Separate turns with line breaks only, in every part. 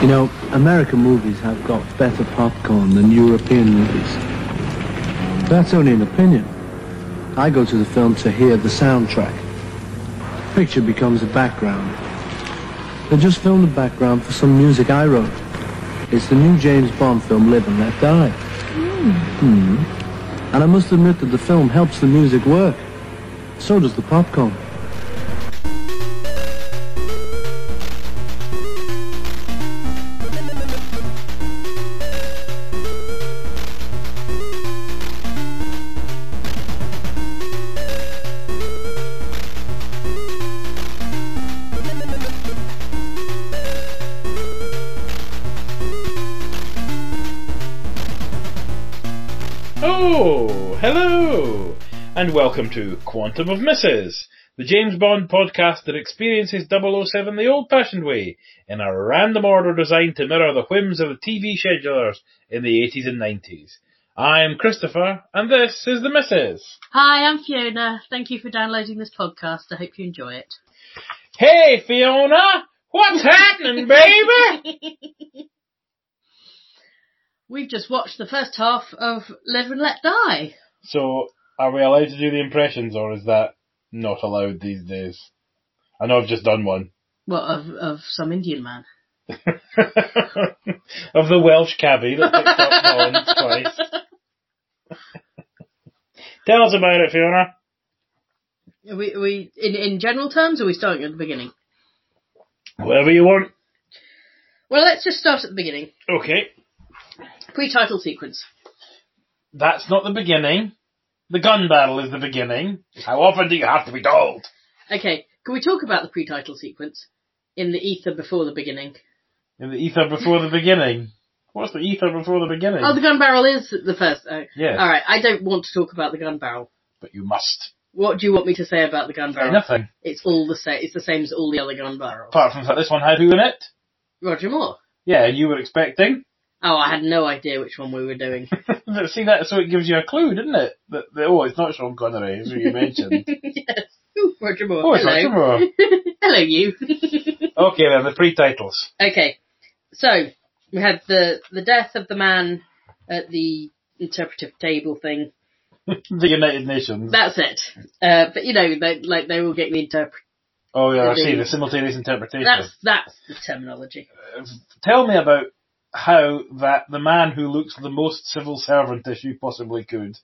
You know, American movies have got better popcorn than European movies. But that's only an opinion. I go to the film to hear the soundtrack. The picture becomes the background. They just filmed the background for some music I wrote. It's the new James Bond film, Live and Let Die. Hmm. And I must admit that the film helps the music work. So does the popcorn.
Oh, hello, and welcome to Quantum of Misses, the James Bond podcast that experiences 007 the old-fashioned way, in a random order designed to mirror the whims of the TV schedulers in the 80s and 90s. I'm Christopher, and this is the Misses.
Hi, I'm Fiona. Thank you for downloading this podcast. I hope you enjoy it.
Hey, Fiona, what's happening, baby?
We've just watched the first half of Live and Let Die.
So, are we allowed to do the impressions, or is that not allowed these days? I know I've just done one.
Well, of, of some Indian man.
of the Welsh cabbie that picked up Bond twice. Tell us about it, Fiona.
Are we, are we in, in general terms, or are we starting at the beginning?
Whatever you want.
Well, let's just start at the beginning.
Okay,
Pre-title sequence.
that's not the beginning. The gun battle is the beginning. How often do you have to be told?
Okay, can we talk about the pre-title sequence in the ether before the beginning?
In the ether before the beginning. What's the ether before the beginning?
Oh, the gun barrel is the first. Oh.
Yes.
All right, I don't want to talk about the gun barrel.
but you must.
What do you want me to say about the gun barrel?
Nothing.
It's all the same. It's the same as all the other gun barrels.
Apart from that, this one had who in it?
Roger Moore.
Yeah, you were expecting.
Oh, I had no idea which one we were doing.
But See that? So it gives you a clue, doesn't it? That, that- oh, it's not Sean Connery, as you mentioned.
yes. Ooh, Roger Moore.
oh, it's
Hello.
Roger Moore.
Hello, you.
Okay, then the pre-titles.
okay. So we had the the death of the man at the interpretive table thing.
the United Nations.
That's it. Uh, but you know, they, like they all get the interpret.
oh yeah, I see
Indeed.
the simultaneous interpretation.
That's that's the terminology.
Tell me about how that the man who looks the most civil servant as you possibly could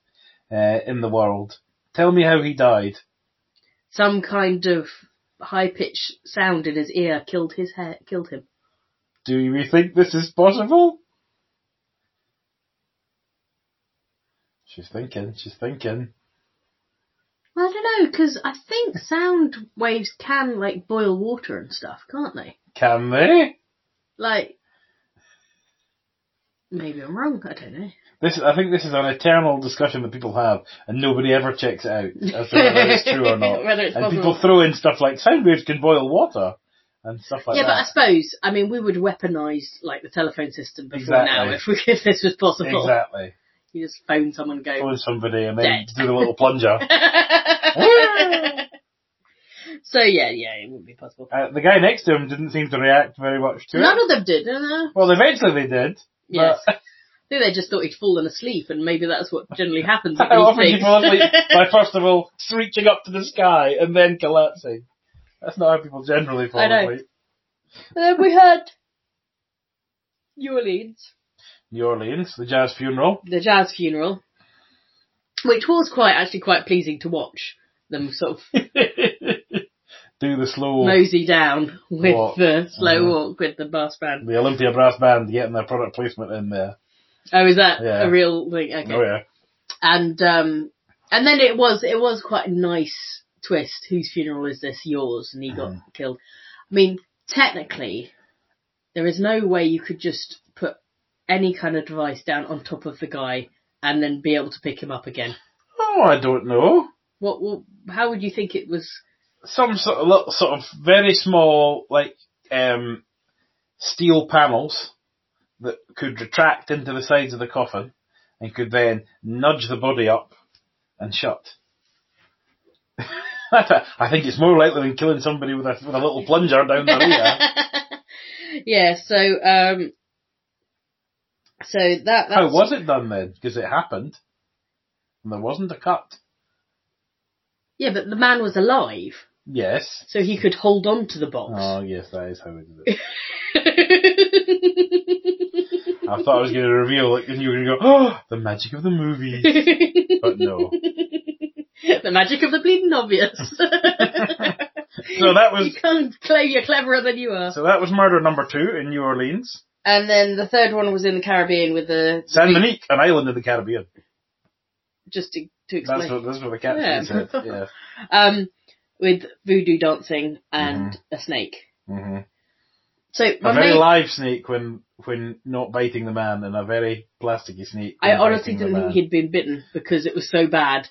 uh, in the world. Tell me how he died.
Some kind of high pitched sound in his ear killed his hair. Killed him.
Do you think this is possible? She's thinking. She's thinking.
Well, I don't know because I think sound waves can like boil water and stuff, can't they?
Can they?
Like, maybe I'm wrong. I don't know.
This, I think this is an eternal discussion that people have, and nobody ever checks it out as to whether it's true or not.
Whether it's
and
possible.
people throw in stuff like sound waves can boil water and stuff like
yeah, but I
that.
suppose I mean we would weaponise like the telephone system before now
Exactly.
if we, if this was possible.
exactly.
You just phone someone and go.
Phone somebody and then
Dead.
do the little plunger.
so yeah, yeah, it wouldn't be possible.
Uh, the guy next to him didn't seem to react very much to
None
it.
of them did. No, no.
Well, eventually they did.
Yes.
But
I think they just thought he'd fallen asleep, and maybe that's what generally happens. with
how
these
often do you
things.
fall asleep by first of all reaching up to the sky and then collapsing? That's not how people generally fall
I know.
asleep.
And then Uh, we had New Orleans,
New Orleans, the jazz funeral.
the jazz funeral, which was quite actually quite pleasing to watch them sort of
do the slow
mosey down with
Walk.
the slow
Mhm.
walk with the brass band.
the Olympia brass band getting their product placement in there.
Oh, is that
Yeah.
a real thing? Okay.
Oh yeah.
And um, and then it was it was quite a nice twist. Whose funeral is this? Yours, and he got
Mm-hmm.
killed. I mean, technically, there is no way you could just put any kind of device down on top of the guy and then be able to pick him up again.
Oh, I don't know.
What? what how would you think it was?
some sort of little, sort of very small, like um, steel panels that could retract into the sides of the coffin and could then nudge the body up and shut. I think it's more likely than killing somebody with a with a little plunger down their ear.
yeah, so um, so that that's,
How was it done then? Because it happened, and there wasn't a cut.
yeah, but the man was alive,
Yes.
so he could hold on to the box.
Oh yes, that is how it did it.
but
I thought I was going to reveal it, and you were going to go, "Oh, the magic of the movie," but no.
the magic of the bleeding obvious.
So that was
you can't claim you're cleverer than you are.
so that was murder number two in New Orleans,
And then the third one was in the Caribbean with the
San Monique, an island in the Caribbean.
just to, to explain.
That's what that's what the captain
Yeah.
said. Yeah.
um, with voodoo dancing and a snake.
hmm
So
Mm-hmm. A
my
very
main,
live snake when when not biting the man, and a very plasticky snake.
I
when
honestly
biting the
didn't
man.
think he'd been bitten because it was so bad.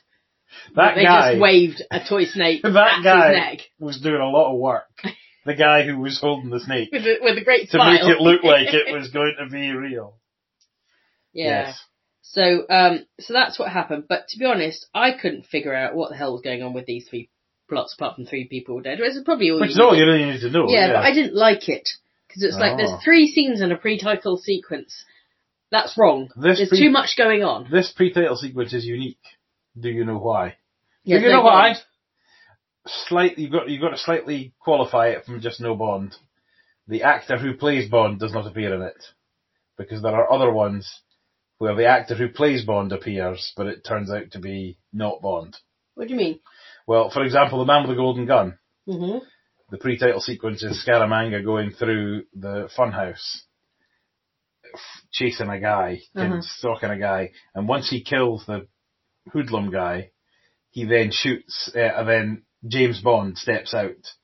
that
they
guy
just waved a toy snake
That
at
guy.
his neck
was doing a lot of work. The guy who was holding the snake
with a, with a great
to
smile.
make it look like it was going to be real.
yeah.
Yes.
So um, so that's what happened. But to be honest, I couldn't figure out what the hell was going on with these three plots apart from three people were dead. Which is probably all.
Which
you
is all
needed.
you really need to know.
yeah, but I didn't like it because it's like
Oh.
there's three scenes in a pre-title sequence. That's wrong.
This
there's
pre-
too much going on.
This pre-title sequence is unique. Do you know why?
Yes,
Do you know
no
why?
bond.
Slightly, you've got, you've got to slightly qualify it from just no Bond. The actor who plays Bond does not appear in it. Because there are other ones where the actor who plays Bond appears, but it turns out to be not Bond.
What do you mean?
Well, for example, The Man with the Golden Gun.
hmm
the pre-title sequence is Scaramanga going through the funhouse, f- chasing a guy, and
Uh-huh.
stalking a guy, and once he kills the hoodlum guy, he then shoots, uh, and then James Bond steps out,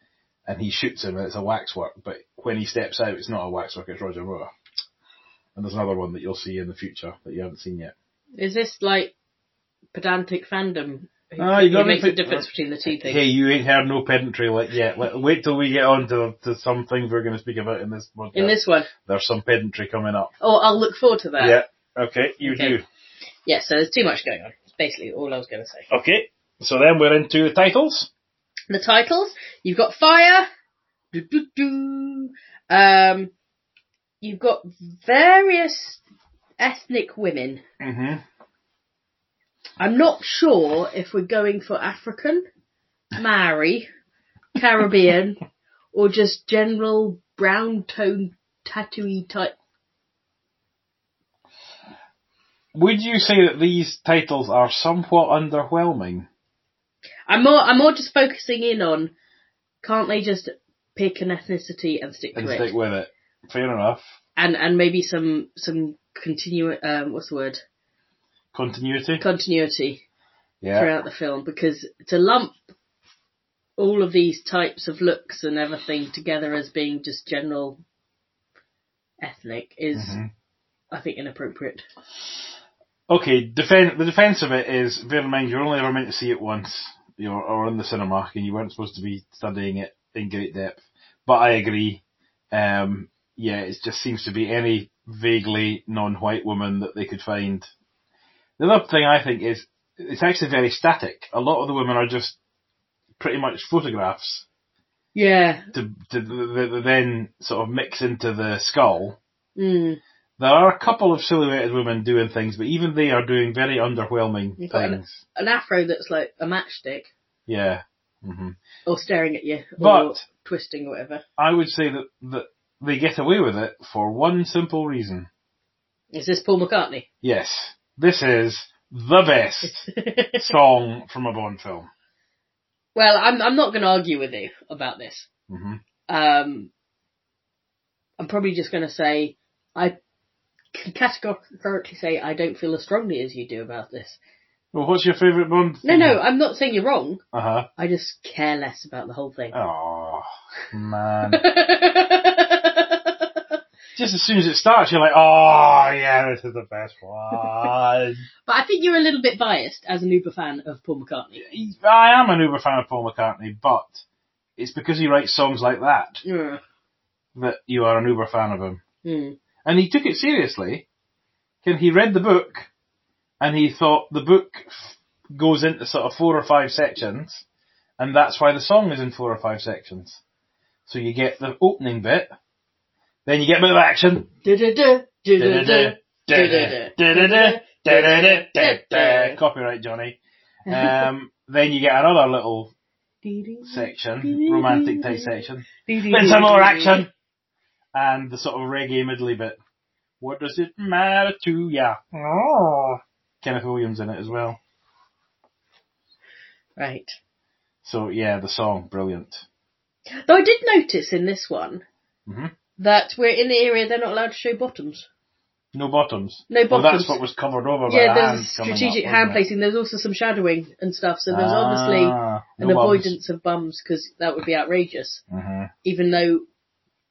and he shoots him, and it's a waxwork, but when he steps out, it's not a waxwork, it's Roger Moore. And there's another one that you'll see in the future that you haven't seen yet.
Is this like pedantic fandom? Who,
Ah, you
who
gotta
makes
think-
the difference between the two things?
Hey, you ain't heard no pedantry like yet. Let, wait till we get on to, to some things we're going to speak about in this podcast.
In this one,
There's some pedantry coming up.
oh, I'll look forward to that.
Yeah. Okay, you
Okay.
do.
Yeah, so there's too much going on. It's basically all I was going to say.
Okay. So then we're into the titles.
The titles you've got Fire, doo doo doo. Um, you've got various ethnic women.
Mm-hmm.
I'm not sure if we're going for African, Maori, Caribbean, or just general brown tone tattooy type.
Would you say that these titles are somewhat underwhelming?
I'm more I'm more just focusing in on can't they just pick an ethnicity and stick to
And
it
stick with it. Fair enough.
and and maybe some some continue um what's the word
Continuity.
continuity
Yeah.
throughout the film because to lump all of these types of looks and everything together as being just general ethnic is
Mm-hmm.
I think inappropriate.
Okay. Defend the defense of it is bear in mind you're only ever meant to see it once, you know, or in the cinema, and you weren't supposed to be studying it in great depth. But I agree. Um, yeah, it just seems to be any vaguely non-white woman that they could find. The other thing I think is it's actually very static. A lot of the women are just pretty much photographs
Yeah.
to, to, th th then sort of mix into the skull.
Mm.
There are a couple of silhouetted women doing things, but even they are doing very underwhelming
You've got an-
things.
An afro that's like a matchstick
Yeah. hmm
or staring at you or
But-
twisting or whatever.
I would say that, that they get away with it for one simple reason.
Is this Paul McCartney?
Yes, this is the best song from a Bond film.
well, I'm I'm not going to argue with you about this.
Mhm.
Um, I'm probably just going to say I can categorically say I don't feel as strongly as you do about this.
Well, what's your favourite Bond?
No, no, I'm not saying you're wrong.
Uh huh.
I just care less about the whole thing.
Oh man! Just as soon as it starts, you're like, oh yeah, this is the best one.
But I think you're a little bit biased as an Uber fan of Paul McCartney.
He- I am an uber fan of Paul McCartney, but it's because he writes songs like that
Mm.
that you are an uber fan of him.
Mm.
and he took it seriously. And he read the book, and he thought the book f- goes into sort of four or five sections, and that's why the song is in four or five sections. So you get the opening bit, Then you get a bit of action.
Du-du-du, du-du-du, du-du-du, du-du-du,
Du-du-du-du-du-du-du-du. Copyright Johnny. Um, then you get another little
du-du-du,
section, romantic type section.
du-du-du,
Then some more
du-du-du.
action, and the sort of reggae middly bit. What does it matter to ya?
Oh.
Kenneth Williams in it as well.
Right.
So yeah, the song brilliant.
Though I did notice in this one
Mhm.
that we're in the area they're not allowed to show bottoms.
No bottoms.
No
Well,
bottoms.
that's what was covered over by
yeah,
the
there's
hand coming up,
strategic
wasn't
hand
it?
placing. There's also some shadowing and stuff. So there's obviously
Ah,
an
no bums.
avoidance of bums because that would be outrageous.
Mhm.
Even though,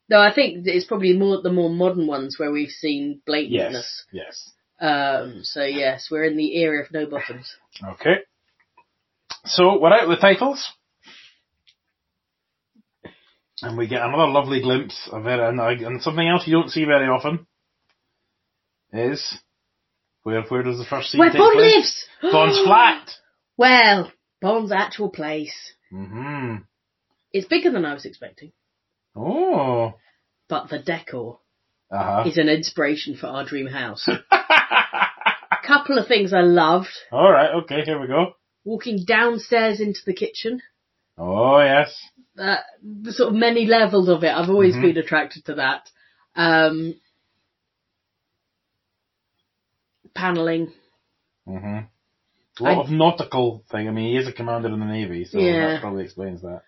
though I think that it's probably more the more modern ones where we've seen
Yes.
blatantness.
Yes.
Um, so yes, we're in the era of no bottoms.
Okay. So we're out with titles. And we get another lovely glimpse of it, and, I- and something else you don't see very often is where where does the first scene
Where
take
Bond
place?
lives.
Bond's flat.
Well, Bond's actual place.
hmm
It's bigger than I was expecting,
Oh.
but the decor
Uh huh.
is an inspiration for our dream house. A couple of things I loved:
All right. Okay. Here we go.
walking downstairs into the kitchen.
Oh yes.
uh, the sort of many levels of it. I've always
Mhm.
been attracted to that. Um, paneling.
hmm A lot
I-
of nautical thing. I mean, he is a commander in the navy, so
Yeah.
that probably explains that.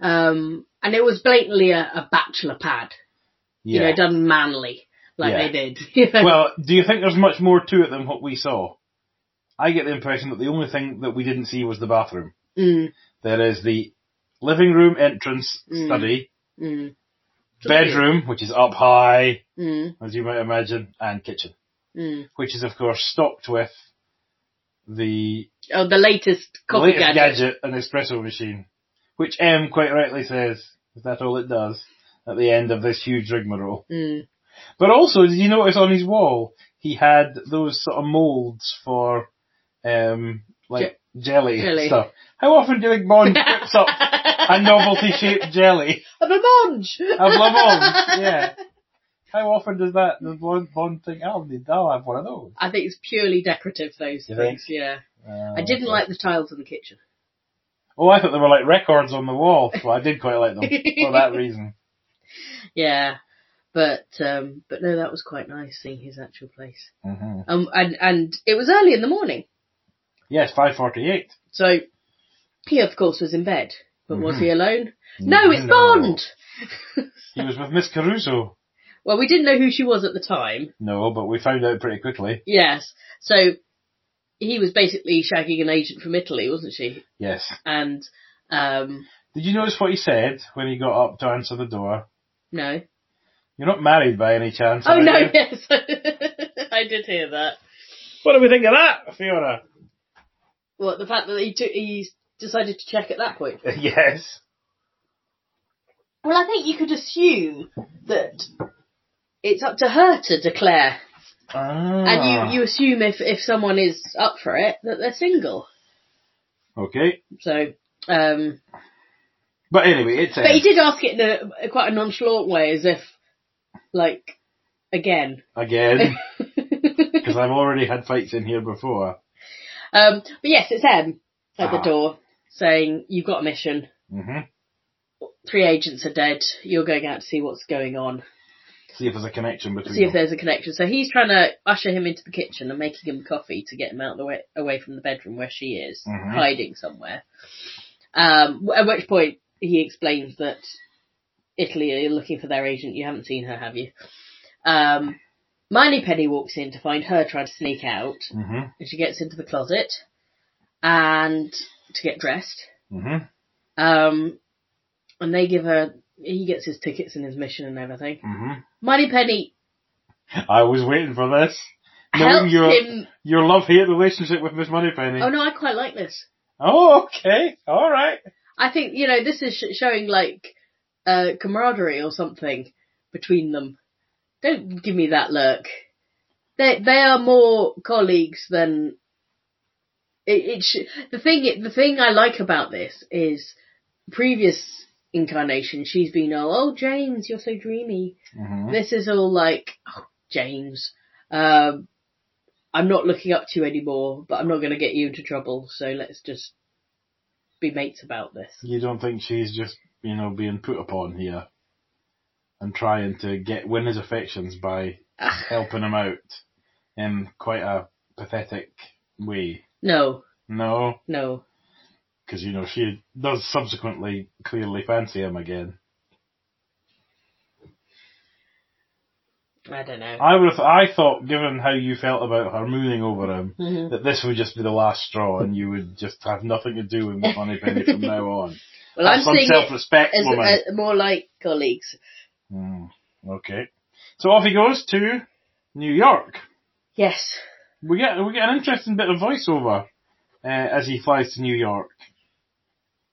Um, and it was blatantly a, a bachelor pad,
Yeah.
you know, done manly, like
Yeah.
they did. you know.
well, do you think there's much more to it than what we saw? I get the impression that the only thing that we didn't see was the bathroom.
mm,
There is the living room entrance
Mm.
study,
mm.
bedroom, which is up high,
Mm,
as you might imagine, and kitchen,
mm.
which is of course stocked with the
Oh, the latest coffee
latest
gadget.
gadget, an espresso machine, which M quite rightly says, is that all it does? At the end of this huge rigmarole.
Mm.
But also, did you notice on his wall he had those sort of molds for um like jelly,
jelly.
and stuff? How often do you think Bond whips up a novelty shaped jelly
A blancmange!
of Lavonge? Yeah. How often does that does Bond, Bond think? I'll need. I'll have one of those.
I think it's purely decorative, those
You think?
things, yeah.
Uh,
I didn't like the tiles in the kitchen.
Oh, I thought they were like records on the wall. Well, I did quite like them for that reason.
Yeah. But, um, but no, that was quite nice seeing his actual place.
hmm
Um, and, and it was early in the morning.
Yes, five forty eight.
So he, of course, was in bed. But was
Mhm.
he alone? No, it's
No.
Bond!
He was with Miss Caruso.
Well, we didn't know who she was at the time.
No, but we found out pretty quickly.
Yes. So he was basically shagging an agent from Italy, wasn't she?
Yes.
And, um,
Did you notice what he said when he got up to answer the door?
no.
You're not married by any chance.
oh,
are
no,
you?
yes. I did hear that.
What do we think of that, Fiona?
Well, the fact that he, took, he decided to check at that point.
yes.
Well, I think you could assume that it's up to her to declare
Ah.
And you, you assume if, if someone is up for it that they're single.
Okay.
So, um,
But anyway, it's
but he
Ed.
did ask it in a, a quite a nonchalant way, as if, like, again.
again because I've already had fights in here before.
um, but yes, it's M at the
Ah.
door saying you've got a mission.
hmm
Three agents are dead. You're going out to see what's going on,
See if there's a connection between.
see if
them.
there's a connection. So he's trying to usher him into the kitchen and making him coffee to get him out of the way, away from the bedroom where she is
Mhm.
hiding somewhere. Um, at which point he explains that Italy are looking for their agent. You haven't seen her, have you? Um, Miney Penny walks in to find her trying to sneak out,
Mhm.
and she gets into the closet and to get dressed.
Mhm.
Um, and they give her. He gets his tickets and his mission and everything.
Mhm.
Miney Penny
I was waiting for this. Knowing
helps
your
him.
your love hate relationship with Miss Moneypenny.
Oh no, I quite like this.
Oh, okay. All right.
I think you know this is sh- showing like uh, camaraderie or something between them. Don't give me that look. They they are more colleagues than it. it sh- the thing the thing I like about this is previous incarnation, she's been all, oh, James, you're so dreamy.
Mhm.
This is all like, oh, James, um, I'm not looking up to you anymore, but I'm not going to get you into trouble, so let's just be mates about this.
You don't think she's just, you know, being put upon here and trying to get win his affections by helping him out in quite a pathetic way?
No,
No,
no.
because you know she does subsequently clearly fancy him again.
I don't know.
I would, I thought, given how you felt about her mooning over him,
Mhm.
that this would just be the last straw, and you would just have nothing to do with Miss Moneypenny from now on.
Well,
Have
I'm
some
seeing it
self-respect,
as,
woman.
uh, more like colleagues.
Hmm, okay, so off he goes to New York.
Yes.
We get we get an interesting bit of voiceover uh, as he flies to New York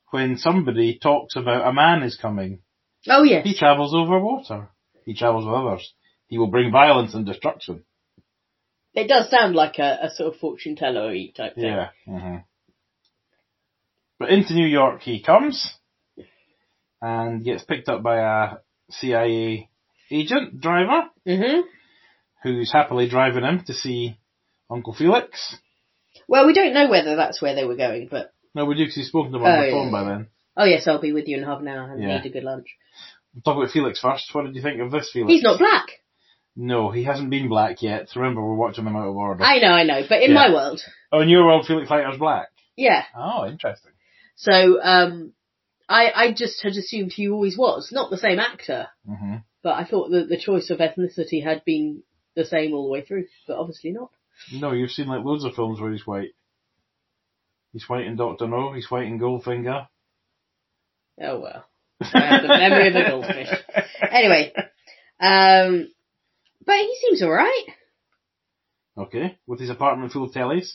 when somebody talks about a man is coming.
Oh yes.
He travels over water. He travels with others. He will bring violence and destruction.
It does sound like a, a sort of fortune teller type thing.
Yeah. hmm But into New York he comes and gets picked up by a CIA agent driver
hmm
who's happily driving him to see Uncle Felix.
Well, we don't know whether that's where they were going, but
No, we do 'cause he's spoken to him on
Oh,
the
yeah,
phone by
yeah.
then.
oh yes, I'll be with you in half an hour and
Yeah.
need a good lunch.
Talk about Felix first. What did you think of this Felix?
He's not black.
No, he hasn't been black yet. Remember, we're watching them out of order.
I know, I know, but in
Yeah.
my world,
Oh, in your world, Felix Leiter's black.
yeah.
Oh, interesting.
So, um, I I just had assumed he always was not the same actor,
hmm
but I thought that the choice of ethnicity had been the same all the way through, but obviously not.
No, you've seen like loads of films where he's white. He's white in Doctor No. He's white in Goldfinger.
Oh well. I have the memory of a goldfish. Anyway, um, but he seems alright.
Okay, with his apartment full of tellies.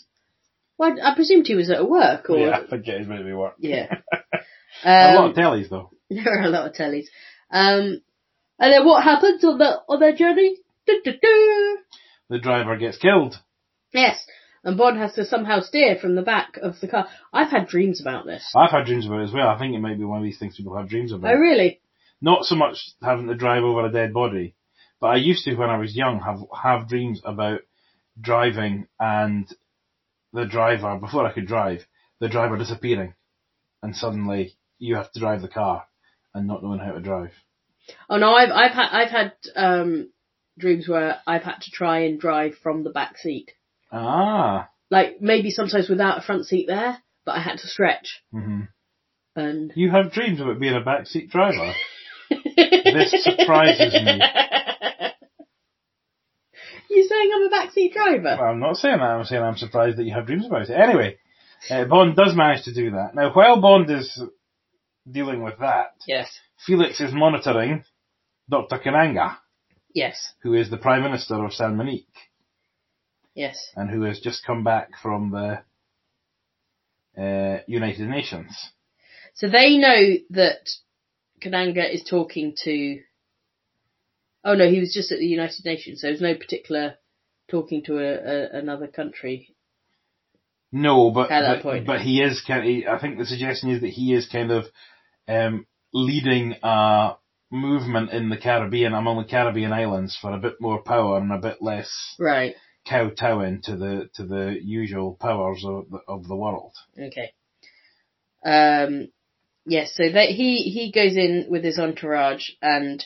Well, I presumed he was at work or
Yeah, I think it is maybe work.
Yeah.
a lot
Um,
of tellies though.
there are a lot of tellies. Um, and then what happens on the on their journey? Du, du, du.
The driver gets killed.
Yes, and Bond has to somehow steer from the back of the car. I've had dreams about this.
I've had dreams about it as well. I think it might be one of these things people have dreams about.
Oh really?
Not so much having to drive over a dead body, but I used to when I was young have have dreams about driving and the driver before I could drive, the driver disappearing, and suddenly you have to drive the car and not knowing how to drive.
Oh no, I've I've had I've had um, dreams where I've had to try and drive from the back seat.
Ah,
Like maybe sometimes without a front seat there, but I had to stretch
hmm
and.
you have dreams about being a backseat driver. this surprises me.
You're saying I'm a backseat driver?
Well, I'm not saying that. I'm saying I'm surprised that you have dreams about it. Anyway, uh, Bond does manage to do that. Now, while Bond is dealing with that,
Yes.
Felix is monitoring Dr. Kananga,
Yes.
who is the Prime Minister of San Monique,
Yes.
and who has just come back from the uh, United Nations.
So they know that Kananga is talking to. Oh no, he was just at the United Nations, so there's no particular talking to a, a, another country.
No, but
At
but,
that point.
but he is kind. He, I think the suggestion is that he is kind of um, leading a movement in the Caribbean among the Caribbean islands for a bit more power and a bit less
Right.
kowtowing to the to the usual powers of the, of the world.
Okay. Um. Yes. So that he he goes in with his entourage and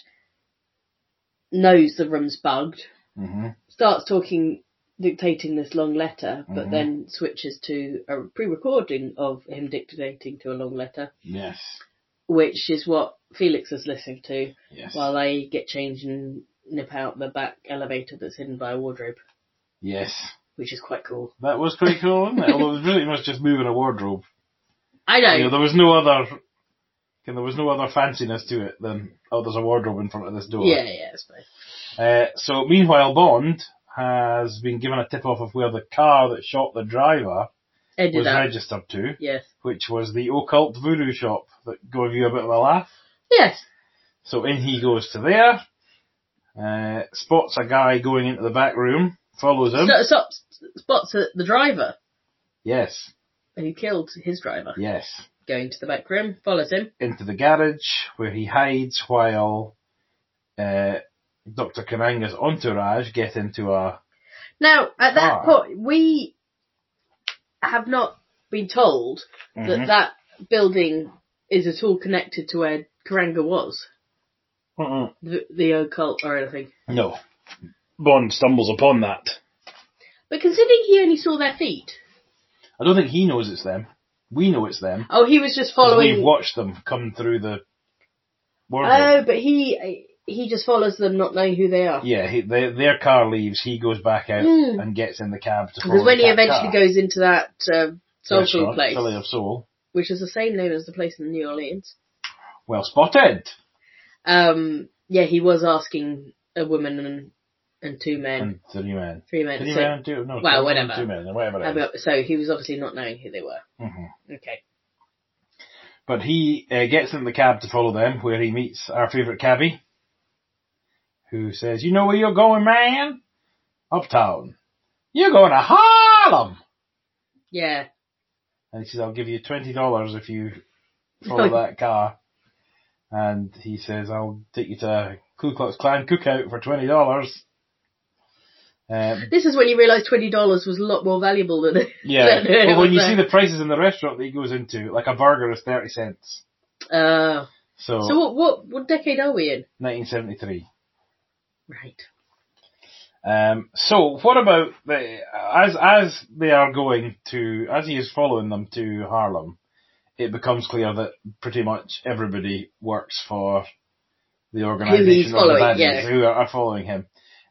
knows the room's bugged.
hmm
starts talking, dictating this long letter, but
Mhm.
then switches to a pre-recording of him dictating to a long letter,
Yes.
which is what Felix is listening to
Yes.
while they get changed and nip out the back elevator that's hidden by a wardrobe,
yes.
which is quite cool.
That was quite cool, wasn't it? Although it was really much just moving a wardrobe.
I know.
You know, there was no other. There was no other fanciness to it than oh, there's a wardrobe in front of this door.
yeah, yeah, I suppose.
Uh, so meanwhile, Bond has been given a tip off of where the car that shot the driver
Ended
was
up.
registered to,
Yes.
which was the occult voodoo shop that gave you a bit of a laugh.
Yes.
So in he goes to there, uh, spots a guy going into the back room, follows him.
So, so, spots the driver
yes,
who killed his driver.
yes.
going to the back room, follows him.
into the garage where he hides while uh, Dr. Kananga's entourage get into a.
Now, at that
Ah.
point, we have not been told that that building is at all connected to where Karanga was,
Mm-mm.
the, the occult or anything.
No. Bond stumbles upon that.
But considering he only saw their feet,
I don't think he knows it's them. We know it's them.
oh, he was just
'cause We've
following.
watched them come through the. Wardrobe.
Oh, but he he just follows them, not knowing who they are.
yeah, he, their, their car leaves, he goes back out
Mm.
and gets in the cab to
Because
follow
when
the
he
cat
eventually
car.
goes into that uh, social
Restaurant,
place,
Fillet of Soul.
which is the same name as the place in New Orleans,
Well spotted!
um, yeah, he was asking a woman and, and two men,
And three men.
three men.
Three
so-
men, two, no,
well,
three men,
whatever.
Two men, or whatever it
Uh,
is.
but- so he was obviously not knowing who they were. Mm-hmm. Okay.
But he uh, gets in the cab to follow them, where he meets our favourite cabbie, who says, "You know where you're going, man? Uptown. You're going to Harlem."
Yeah.
And he says, "I'll give you twenty dollars if you follow that car." And he says, "I'll take you to a Ku Klux Klan cookout for twenty dollars." Um,
This is when you realise twenty dollars was a lot more valuable than
yeah,
than it
but when
was
you see
then.
the prices in the restaurant that he goes into, like a burger is thirty cents.
Uh,
So,
so what what what decade are we in?
1973.
Right.
Um, so what about the, as as they are going to as he is following them to Harlem, it becomes clear that pretty much everybody works for the organisation of the
following,
baddies
yeah.
who are, are following him,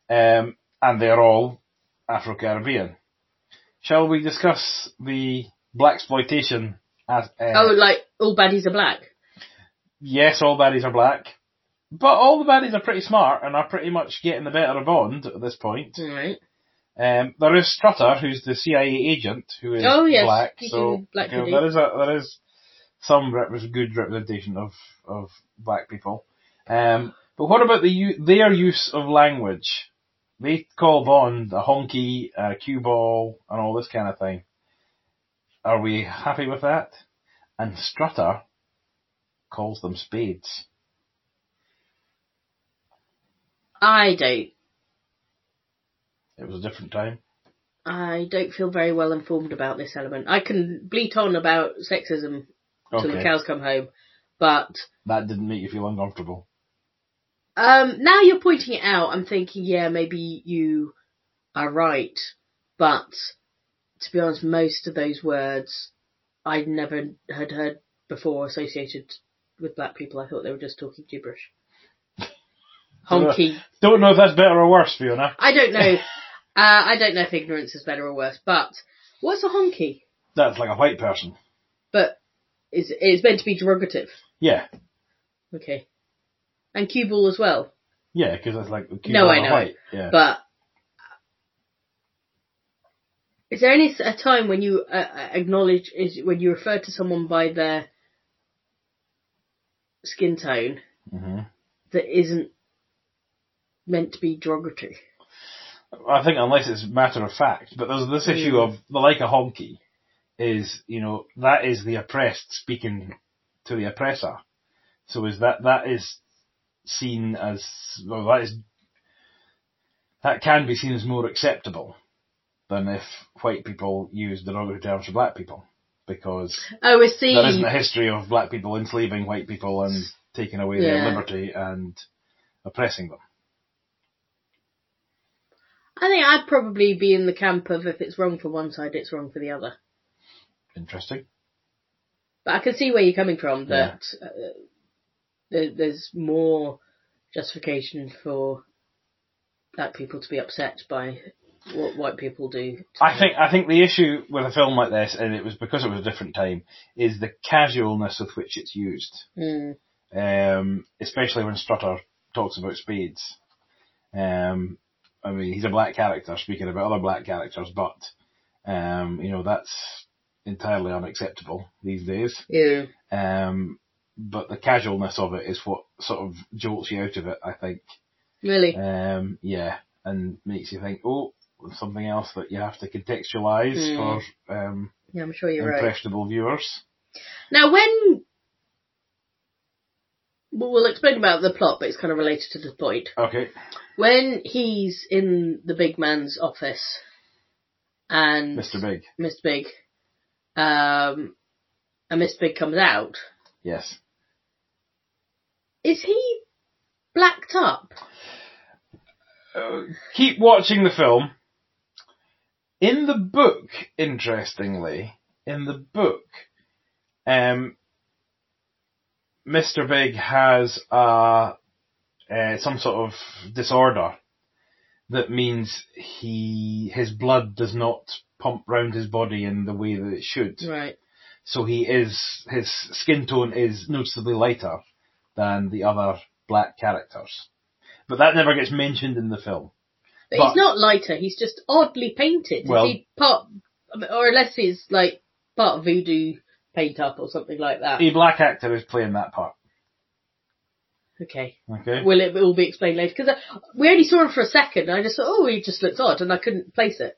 um, and they are all Afro Caribbean. Shall we discuss the black exploitation? As uh,
Oh, like all baddies are black.
yes, all baddies are black, but all the baddies are pretty smart and are pretty much getting the better of Bond at this point.
All right.
Um, there is Strutter, who's the CIA agent, who is
Oh, yes,
black.
he's
So
in black
you know,
hoodie.
there is a, there is some repre- good representation of of black people. Um, but what about the u- their use of language? They call Bond a honky, a cue ball, and all this kind of thing. Are we happy with that? And Strutter calls them spades.
I don't.
It was a different time.
I don't feel very well informed about this element. I can bleat on about sexism till the
Okay,
cows come home, but
that didn't make you feel uncomfortable.
Um, now you're pointing it out, I'm thinking, yeah, maybe you are right, but to be honest, most of those words I never had heard before associated with black people. I thought they were just talking gibberish. Honky.
Don't know if that's better or worse, Fiona.
I don't know. Uh, I don't know if ignorance is better or worse, but what's a honky?
That's like a white person.
But is it's meant to be derogative.
Yeah,
Okay. And cue ball as well.
yeah, because that's like cute
No,
on
I
a
know.
white. Yeah,
But is there any s- a time when you uh, uh, acknowledge is when you refer to someone by their skin tone
Mhm.
that isn't meant to be derogatory?
I think unless it's matter of fact. But there's this issue
Mm.
of the like a honky is you know that is the oppressed speaking to the oppressor. So is that that is seen as well that is that can be seen as more acceptable than if white people use derogatory terms for black people because
Oh, I see.
there isn't a history of black people enslaving white people and taking away
Yeah.
their liberty and oppressing them.
I think I'd probably be in the camp of if it's wrong for one side, it's wrong for the other.
Interesting.
But I can see where you're coming from. That uh, there, there's more justification for black people to be upset by what white people do.
I think I think the issue with a film like this, and it was because it was a different time, is the casualness with which it's used.
Mm.
Um, especially when Strutter talks about spades. Um, I mean, he's a black character speaking about other black characters, but um, you know that's entirely unacceptable these days.
Yeah.
Um, but the casualness of it is what sort of jolts you out of it, I think.
Really?
Um, yeah, and makes you think, oh, something else that you have to contextualize for um,
Yeah, I'm sure Hmm. you're right.
impressionable viewers.
Now, when well, we'll explain about the plot, but it's kind of related to the point.
Okay.
When he's in the big man's office, and
Mr. Big.
Mr. Big, um, and Mr. Big comes out,
Yes.
is he blacked up?
Uh, keep watching the film. In the book, interestingly, in the book, um, Mr. Big has a, uh, some sort of disorder that means he his blood does not pump round his body in the way that it should.
Right.
So he is his skin tone is noticeably lighter than the other black characters. But that never gets mentioned in the film.
But,
But-
he's not lighter. He's just oddly painted.
Well-
is he part, or unless he's like part voodoo paint up or something like that.
A black actor is playing that part.
Okay.
Okay.
Will it all be explained later? Because we only saw him for a second. And I just thought, oh, he just looks odd, and I couldn't place it.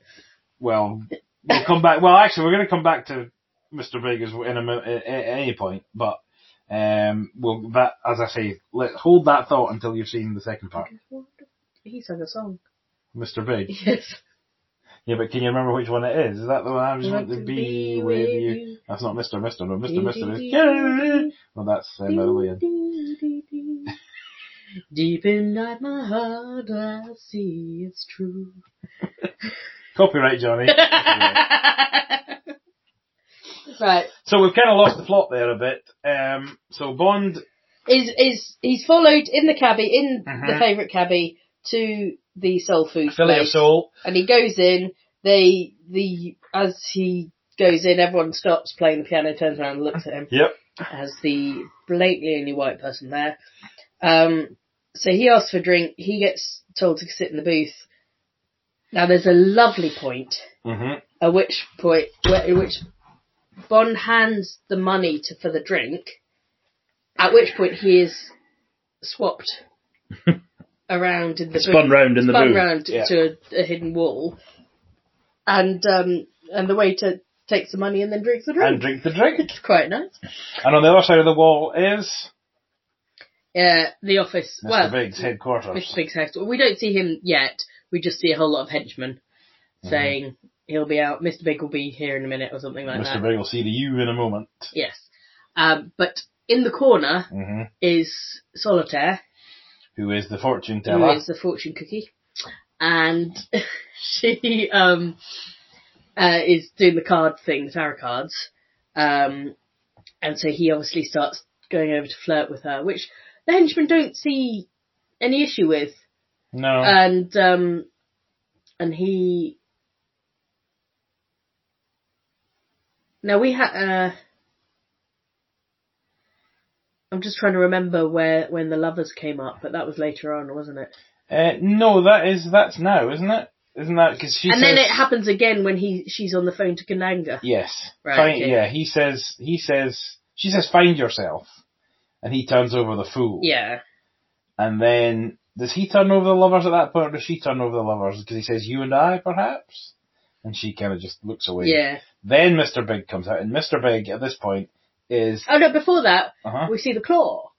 Well, we'll come back. Well, actually, we're going to come back to Mr. Big as in a, mo- at at any point, but um, well, that as I say, let hold that thought until you've seen the second part,
He sung a song.
Mr. Big.
Yes.
Yeah, but can you remember which one it is? Is that the one I just want to be with you? That's not Mr. Mr. No, Mr. Mr. is- Well, that's uh, Marillion.
Deep inside my heart, I see it's true.
Copyright, Johnny.
right.
so we've kind of lost the plot there a bit. Um, so Bond,
Is is he's followed in the cabbie in the
Mhm.
favourite cabbie to the soul food
Philly of
place.
Soul.
and he goes in. They the as he goes in, everyone stops playing the piano, turns around, and looks at him
Yep.
as the blatantly only white person there. Um, so he asks for a drink. He gets told to sit in the booth. Now there's a lovely point
hmm
at which point where, at which Bond hands the money to for the drink. At which point he is swapped around in the
Spun
booth-
round in the
spun
booth,
round
yeah.
to a, a hidden wall, and um, and the waiter takes the money and then drinks the drink.
And drink the drink.
it's quite nice.
And on the other side of the wall is
Yeah, uh, the office.
Mr.
Well,
Big's headquarters.
Mr. Big's house. We don't see him yet. We just see a whole lot of henchmen
Mm-hmm.
saying he'll be out. Mr. Big will be here in a minute or something like that.
Mr. Big will see to you in a moment.
Yes. Um, but in the corner
hmm
is Solitaire,
Who is the fortune
who
teller?
is the fortune cookie, and she um, uh, is doing the card thing, the tarot cards, um, and so he obviously starts going over to flirt with her, which the henchmen don't see any issue with,
no.
and um, and he. Now we had. Uh, I'm just trying to remember where when the lovers came up, but that was later on, wasn't it?
Uh, no, that is that's now, isn't it? Isn't that because she
and
says
then it happens again when he she's on the phone to Kananga.
yes,
Right,
Find-
okay.
yeah. He says he says she says find yourself, and he turns over the fool.
Yeah.
And then does he turn over the lovers at that point, or does she turn over the lovers? Because he says you and I, perhaps. And she kind of just looks away.
Yeah.
Then Mr. Big comes out, and Mr. Big at this point is
Oh no! Before that,
uh-huh,
we see the claw.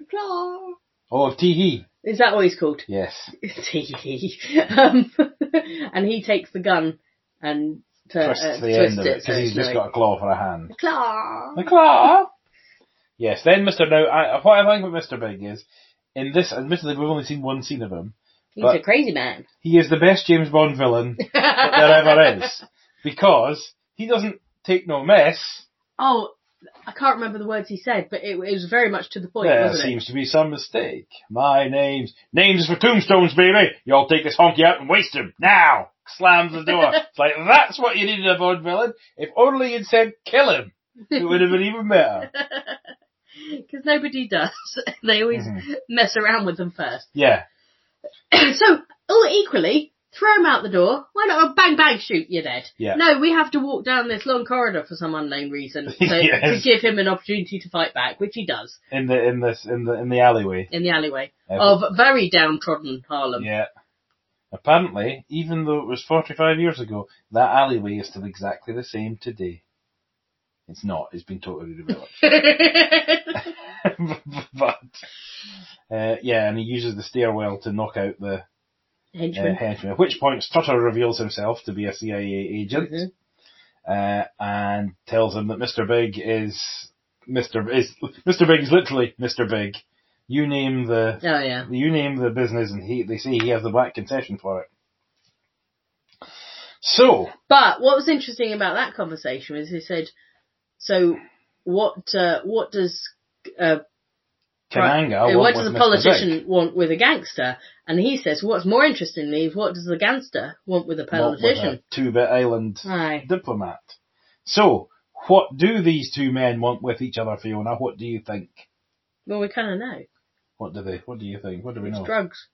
The claw.
oh of Teehee.
Is that what he's called?
Yes,
um, and he takes the gun and tu- uh,
twists the
twists
end of
it
it
so
because he's
it's
just
like-
got a claw for a hand.
Claw.
The claw. yes. Then Mr. No, I, what I like about Mr. Big is in this. Admittedly, we've only seen one scene of him.
He's
But-
a crazy man.
He is the best James Bond villain that there ever is because he doesn't take no mess.
Oh, I can't remember the words he said, but it, it was very much to the point,
There
wasn't
seems to be some mistake. My name's names is for tombstones, baby. Y'all take this honky out and waste him now. Slams the door. it's like that's what you needed a Bond villain. If only you'd said kill him, it would have been even better.
it? Because nobody does. they always
Mm-hmm.
mess around with them first.
Yeah,
so, or equally, throw him out the door. Why not a bang bang shoot? You're dead.
Yeah.
No, we have to walk down this long corridor for some unknown reason so, to
Yes.
give him an opportunity to fight back, which he does
in the in this in the in the alleyway.
in the alleyway
Yeah.
of very downtrodden Harlem.
Yeah. Apparently, even though it was 45 years ago, that alleyway is still exactly the same today. It's not. It's been totally developed.
yeah,
but uh, yeah, and he uses the stairwell to knock out the uh,
henchman.
henchman. At which point, Strutter reveals himself to be a CIA agent uh, and tells him that Mr. Big is Mr. is Mr. Big is literally Mr. Big. You name the
Oh yeah.
you name the business, and he they say he has the black concession for it. So
But what was interesting about that conversation was he said, "So what? Uh, what does uh, Right.
Kananga,
Uh,
oh, what,
what
was
does a
Mr.
politician
Big?
want with a gangster? And he says, what's more interestingly is what does the gangster want with a
Not with
politician?
a two-bit island
Aye.
diplomat. So, what do these two men want with each other, Fiona? What do you think?
Well, we kind of know.
What do they? What do you think? What do we
It's
know?
drugs.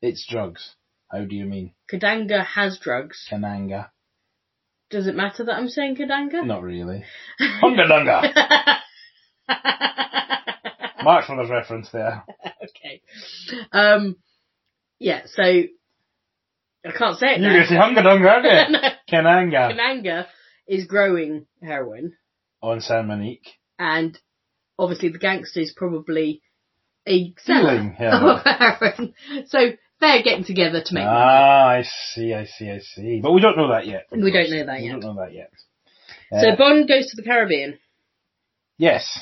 It's drugs. How do you mean,
Kadanga has drugs.
Kananga?
Does it matter that I'm saying Kadanga?
Not really. Hungadunga. March for the reference there.
okay. Um, yeah, so I can't say it
You can
now.
say Hungadunga, aren't you?
No,
Kananga
Kadanga is growing heroin
on San Monique.
and obviously the gangster is probably a seller
Dealing heroin.
of heroin. So they're getting together to make money.
Ah, I see, I see, I see. But we don't know that yet. of
We don't
course.
know that yet.
We don't know that yet.
So
Uh,
Bond goes to the Caribbean.
Yes.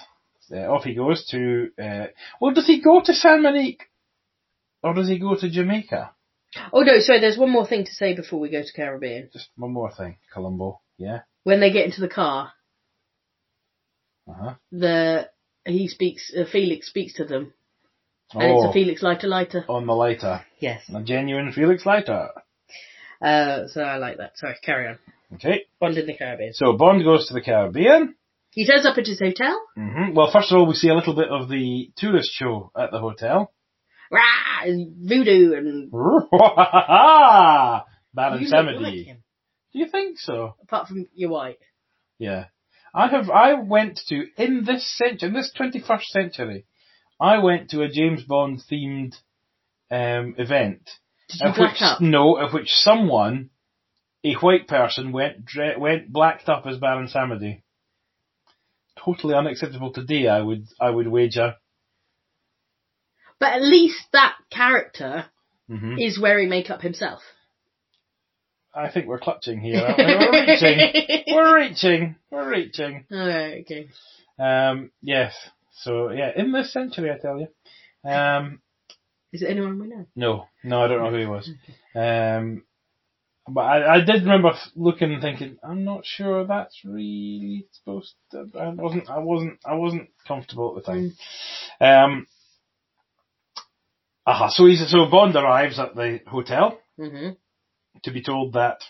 Uh, off he goes to. Uh, well, does he go to San Monique, or does he go to Jamaica?
Oh no, sorry, there's one more thing to say before we go to Caribbean.
Just one more thing, Colombo. Yeah.
When they get into the car,
Uh huh.
the he speaks uh, Felix speaks to them. And it's
Oh,
a Felix lighter lighter.
on the lighter,
Yes.
a genuine Felix lighter.
Uh so I like that. Sorry, carry on.
Okay.
Bond in the Caribbean.
So Bond goes to the Caribbean.
He turns up at his hotel.
hmm Well, first of all, we see a little bit of the tourist show at the hotel.
Rah and voodoo and
Baron
You look like
Samedi.
him,
Do you think so?
apart from you're white.
Yeah. I have, I went to, in this century, in this 21st century, I went to a James Bond themed, um, event.
Did you
of
black
which,
up?
No, of which someone, a white person, went, dre- went blacked up as Baron Samedi. Totally unacceptable today, I would, I would wager.
But at least that character
hmm
is wearing makeup himself.
I think we're clutching here. aren't we? We're reaching. We're reaching. We're reaching.
Alright, okay.
Um, yes. So, yeah, in this century, I tell you. Um,
Is it anyone we know?
No, no, I don't know who he was. Um, but I, I did remember f- looking and thinking, I'm not sure that's really supposed to. I wasn't, I wasn't, I wasn't comfortable at the time. Um, aha, so he's so Bond arrives at the hotel
hmm
to be told that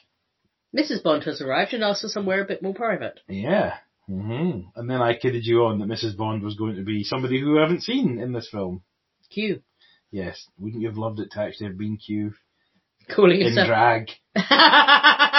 Mrs. Bond has arrived and asked for somewhere a bit more private.
yeah. hmm And then I kidded you on that Mrs. Bond was going to be somebody who I haven't seen in this film.
Q.
Yes, wouldn't you have loved it to actually have been Q
Calling
in
yourself.
drag?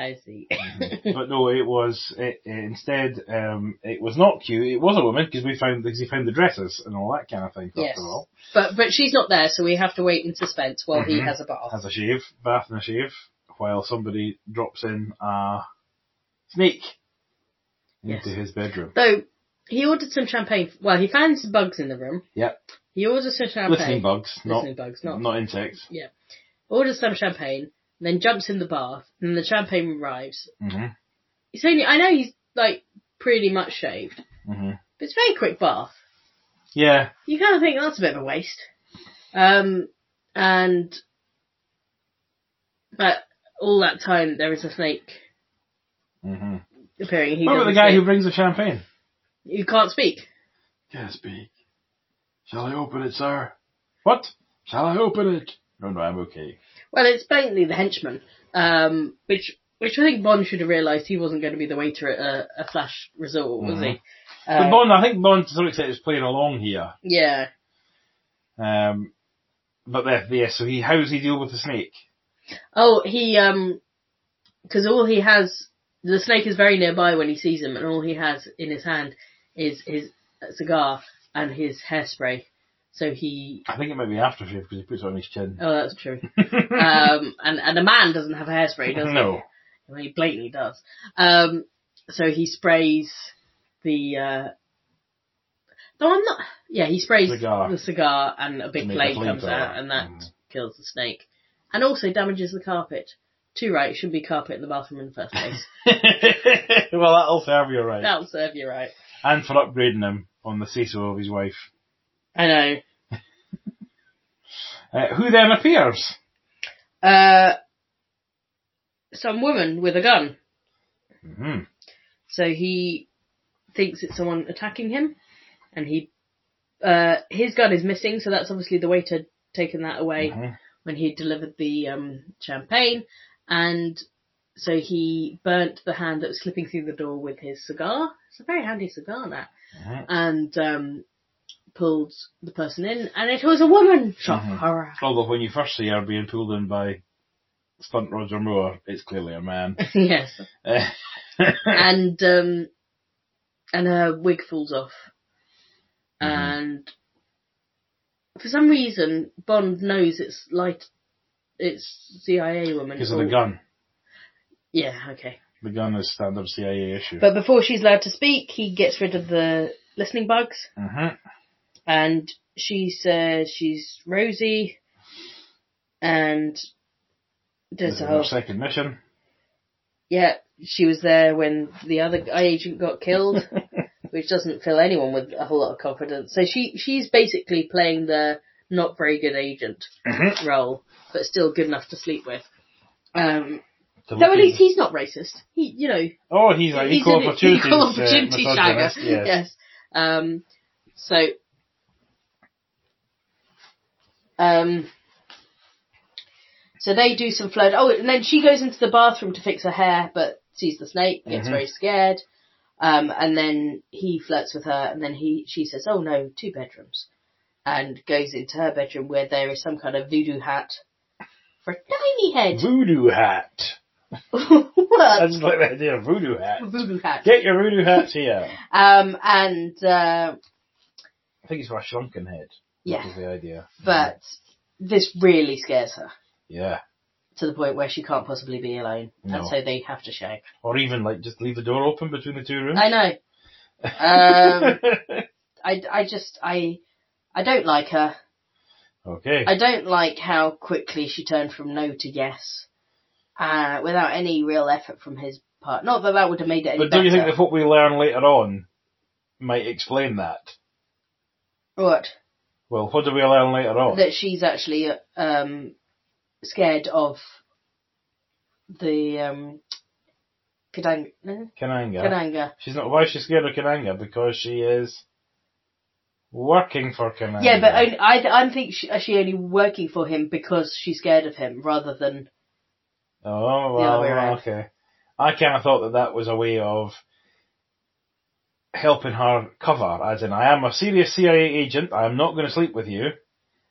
I see.
but no, it was it, it- instead. Um, it was not Q. It was a woman because we found because he found the dresses and all that kind of thing. First
yes.
of all,
But but she's not there, so we have to wait in suspense while he
Mhm.
has a bath.
has a shave, bath and a shave, while somebody drops in a snake
Yes.
into his bedroom.
So he ordered some champagne. Well, he found some bugs in the room.
Yep,
He orders some
listening
champagne.
bugs, not
Listening bugs,
not,
not-
insects.
Orders some champagne, then jumps in the bath, and the champagne arrives.
hmm
He's only I know he's like pretty much shaved,
hmm
but it's a very quick bath.
Yeah,
you kind of think that's a bit of a waste. Um, and but all that time there is a snake
hmm
appearing. He
What about the
doesn't
guy who
speak.
brings the champagne?
who can't speak?
Yes, speak. Shall I open it, sir? What? Shall I open it? No, no, I'm okay.
Well, it's blatantly the henchman, um, which which I think Bond should have realised he wasn't going to be the waiter at a, a flash resort, was he?
but
Uh,
Bond, I think Bond to some extent is playing along here.
yeah,
Um, but there, yeah, so he, how does he deal with the snake?
Oh, he um, because all he has, the snake is very nearby when he sees him, and all he has in his hand is his cigar and his hairspray. So he,
I think it might be aftershave because he puts it on his chin.
oh, that's true. um, and and a man doesn't have hairspray, does he?
no.
Well, he blatantly does. Um, so he sprays the. Uh, no, I'm not. Yeah, he sprays
Cigar.
the cigar, and a big
make a
flame comes
flamethrower.
out, and that
Mm.
kills the snake, and also damages the carpet. Too right, it shouldn't be carpet in the bathroom in the first place.
well, that'll serve you right.
That'll serve you right.
And for upgrading him on the say-so of his wife.
I know.
Uh, who then appears?
Uh, some woman with a gun.
Mhm.
So he thinks it's someone attacking him, and he uh, his gun is missing. So that's obviously the waiter taken that away
Mhm.
when he delivered the um, champagne, and so he burnt the hand that was slipping through the door with his cigar. It's a very handy cigar, that,
Mhm.
and um, pulled the person in, and it was a woman. Shock
Mhm.
horror.
Although when you first see her being pulled in by stunt Roger Moore, it's clearly a man.
yes.
Uh,
and um, and her wig falls off, Mm-hmm.
Mhm.
and for some reason Bond knows it's light, it's CIA woman.
because of the
Or-
gun.
Yeah, okay.
The gun is standard CIA issue.
But before she's allowed to speak, he gets rid of the listening bugs,
Mhm.
and she says she's Rosie, and
This
does
is
a
her
whole
second mission.
yeah. She was there when the other agent got killed. which doesn't fill anyone with a whole lot of confidence. So she she's basically playing the not very good agent
Mhm.
role, but still good enough to sleep with. Um,
To
so
look
at least
in-
he's not racist. He, you know,
oh, he's an
he's
equal
an
opportunity.
equal opportunity
uh,
shagger.
misogynist, Yes.
Yes. Um, so, um, so they do some flirt. Oh, and then she goes into the bathroom to fix her hair, but sees the snake, gets
Mhm.
very scared. Um, and then he flirts with her, and then he she says, "Oh no, two bedrooms," and goes into her bedroom where there is some kind of voodoo hat for a tiny head.
Voodoo hat. I
what?
just like the idea of voodoo hat.
Voodoo hat.
Get your voodoo hats here.
Um, and uh,
I think it's for a shrunken head.
yeah.
That was the idea.
but this really scares her
Yeah.
to the point where she can't possibly be alone,
No.
and so they have to shag.
Or even like just leave the door open between the two rooms.
I know. Um, I, I just I I don't like her.
okay.
I don't like how quickly she turned from no to yes, uh, without any real effort from his part. Not that that would have made it any
but do you think
better.
that what we learn later on might explain that?
What?
Well, what do we learn later on?
That she's actually um scared of the um Kadang- no?
Kananga.
Kananga.
She's not. Why is she scared of Kananga? Because she is working for Kananga.
Yeah, but only, I I think she, she only working for him because she's scared of him, rather than
oh
the other
well,
way around.
okay. I kind of thought that that was a way of helping her cover, as in, I am a serious CIA agent. I am not going to sleep with you,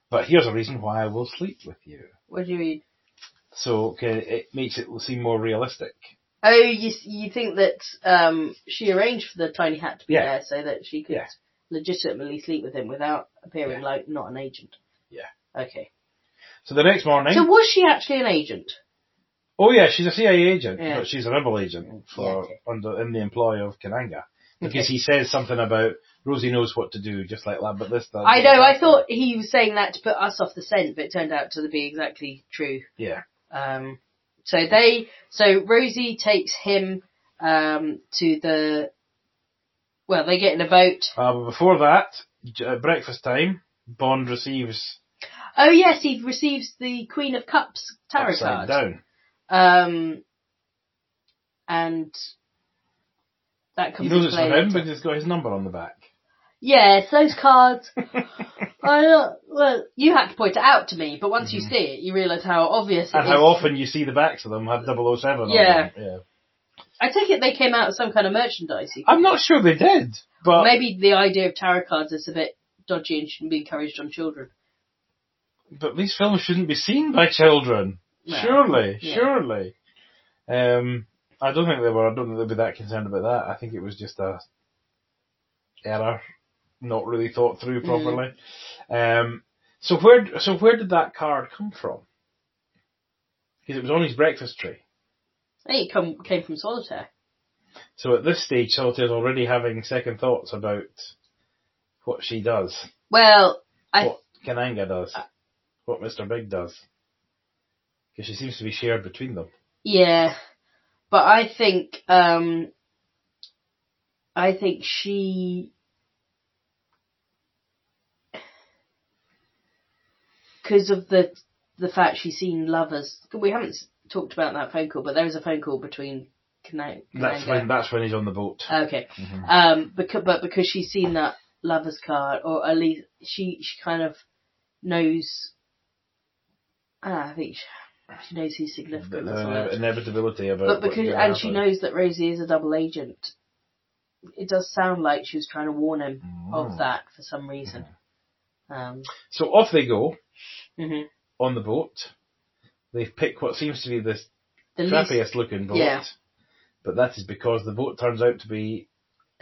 but here's a reason why I will sleep with you.
what do you mean?
So okay, it makes it seem more realistic.
Oh, you s- you think that um she arranged for the tiny hat to be
Yeah.
there so that she could
Yeah.
legitimately sleep with him without appearing
Yeah.
like not an agent.
Yeah.
Okay.
So the next morning,
So was she actually an agent?
Oh yeah, she's a CIA agent,
Yeah.
but she's a rebel agent for
Yeah, okay.
under in the employ of Kananga because
Okay.
he says something about Rosie knows what to do, just like that. But this, that,
I
that,
know. I
that.
thought he was saying that to put us off the scent, but it turned out to be exactly true.
yeah,
Um, so they, so Rosie takes him um, to the. Well, they get in a boat.
uh, but before that, j- at breakfast time, Bond receives
Oh yes, he receives the Queen of Cups tarot
upside
card.
down.
Um, and that
He
comes.
knows
into
it's
play
for him
later.
because it's got his number on the back.
Yes, those cards. I don't- well, you had to point it out to me, but once you see it, you realise how obvious. it
Mm-hmm. And how
is.
often you see the backs of them have 007 on
Yeah.
them. Yeah.
I take it they came out of some kind of merchandising.
I'm not sure they did, but
Maybe the idea of tarot cards is a bit dodgy and shouldn't be encouraged on children.
but these films shouldn't be seen by children.
Well,
surely,
yeah.
surely. Um, I don't think they were. I don't think they'd be that concerned about that. I think it was just a error, not really thought through properly. Um, so where so where did that card come from? Because it was on his breakfast tray.
I think it come, came from Solitaire.
So at this stage, Solitaire's already having second thoughts about what she does,
Well, I
what Kananga does, what Mr. Big does. Because she seems to be shared between them.
yeah, but I think um, I think she because of the the fact she's seen lovers. We haven't s- talked about that phone call, but there is a phone call between Kana-
That's
Kananga- Uh,
when that's when he's on the boat.
Okay. Um, because, but because she's seen that lover's card, or at least she, she kind of knows, ah, I think she, she knows he's
The,
significant.
the
that's all
ine-
it is.
Uh, inevitability about.
But
what's
because,
gonna
and she
happen.
knows that Rosie is a double agent. It does sound like she was trying to warn him
Mm.
of that for some reason.
Mm-hmm.
Um,
So off they go
mhm.
on the boat. They pick what seems to be this
the least,
crappiest looking boat.
Yeah.
But that is because the boat turns out to be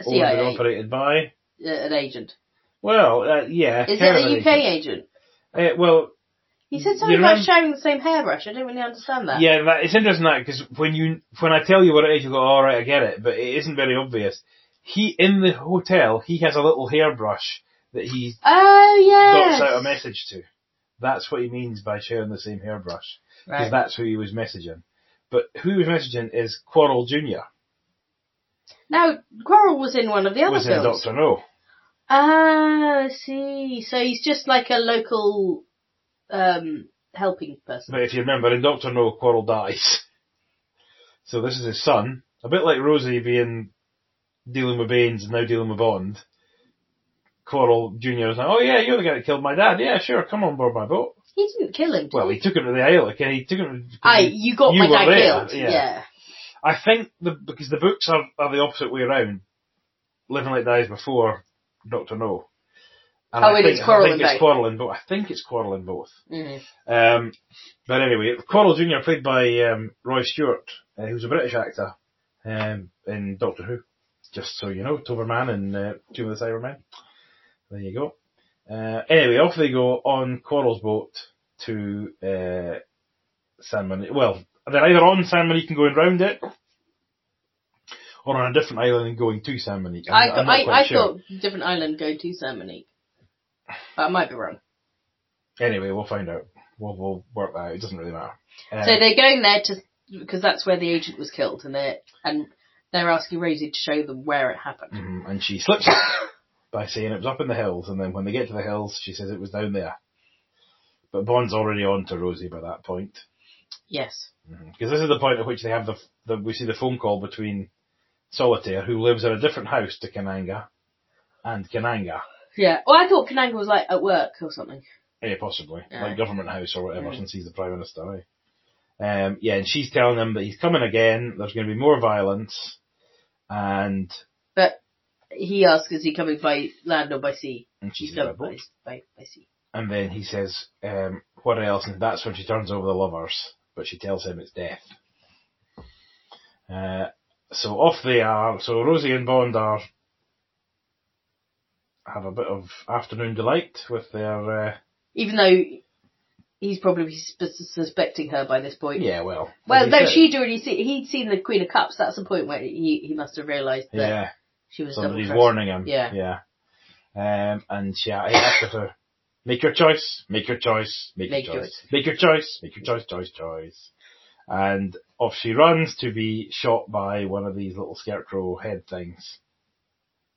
owned and
CIA,
operated by.
uh, an agent.
Well, uh, yeah.
Is it
kind of
a
an
UK
agent.
agent?
Uh, well,
He said
You
something about
remem-
sharing the same hairbrush. I don't really understand that.
yeah, that, it's interesting that because when you when I tell you what it is, you go, "All right, I get it," but it isn't very obvious. He in the hotel, he has a little hairbrush that he
Oh, yes.
dots out a message to. That's what he means by sharing the same hairbrush. Because
Right.
that's who he was messaging. But who he was messaging is Quarrel Jr.
Now, Quarrel was in one of the other
was in
films.
Doctor No.
Ah, I see. So he's just like a local um, helping person.
But if you remember, in Doctor No, Quarrel dies. So this is his son. A bit like Rosie being dealing with Baines and now dealing with Bond. Quarrel Jr. is like, oh yeah, you're the guy that killed my dad. Yeah, sure, come on board my boat.
He didn't kill him. Did
Well,
he?
he took him to the Gaelic and he took him to
Aye, you got
you
my
were
dad
there,
killed.
yeah.
Yeah.
I think the because the books are, are the opposite way around. Living Like Dies Before Doctor No. And
Oh,
I
it
think,
is Quarrel
I think
and
it's
Bate.
Quarrel and both. I think it's Quarrel and both.
Mhm.
Um, but anyway, Quarrel Jr. played by um, Roy Stewart, uh, who's a British actor um, in Doctor Who. Just so you know, Toberman and uh, Tomb of the Cybermen. There you go. Uh, anyway, off they go on Quarrel's boat to uh, San Mon- Well, they're either on San Monique and going round it, or on a different island and going to San Monique. I'm,
I,
I'm not
I,
quite
I
sure.
thought different island go to Cermonique. But I might be wrong.
Anyway, we'll find out. We'll, we'll work that out. It doesn't really matter. Uh,
So they're going there to because that's where the agent was killed, and they are and they're asking Rosie to show them where it happened.
Mhm, and she slips by saying it was up in the hills, and then when they get to the hills, she says it was down there. But Bond's already on to Rosie by that point,
Yes.
because this is the point at which they have the, the we see the phone call between Solitaire, who lives in a different house to Kananga, and Kananga,
Yeah. Well, I thought Kananga was like at work or something.
eh, possibly
Aye.
like government house or whatever, since he's the prime minister. Eh? Um, yeah, and she's telling him that he's coming again. There's going to be more violence, and
But he asks, is he coming by land or by sea?
and she's
She's
in a
going
Mm. boat.
by, by, by sea.
And then he says, um, what else? And that's when she turns over the lovers, but she tells him it's death. Uh, so off they are. So Rosie and Bond are, have a bit of afternoon delight with their, uh,
Even though he's probably sus- suspecting her by this point.
yeah, well.
Well,
as he
no,
said.
she'd already seen, he'd seen the Queen of Cups. That's the point where he, he must have realised that
Yeah,
she was double
somebody's
dressed.
warning him.
Yeah.
Yeah. Um, and she, he asks her, make your choice, make your choice, make,
Make
your
your-
choice, make your choice, make your choice, choice, choice. And off she runs to be shot by one of these little scarecrow head things.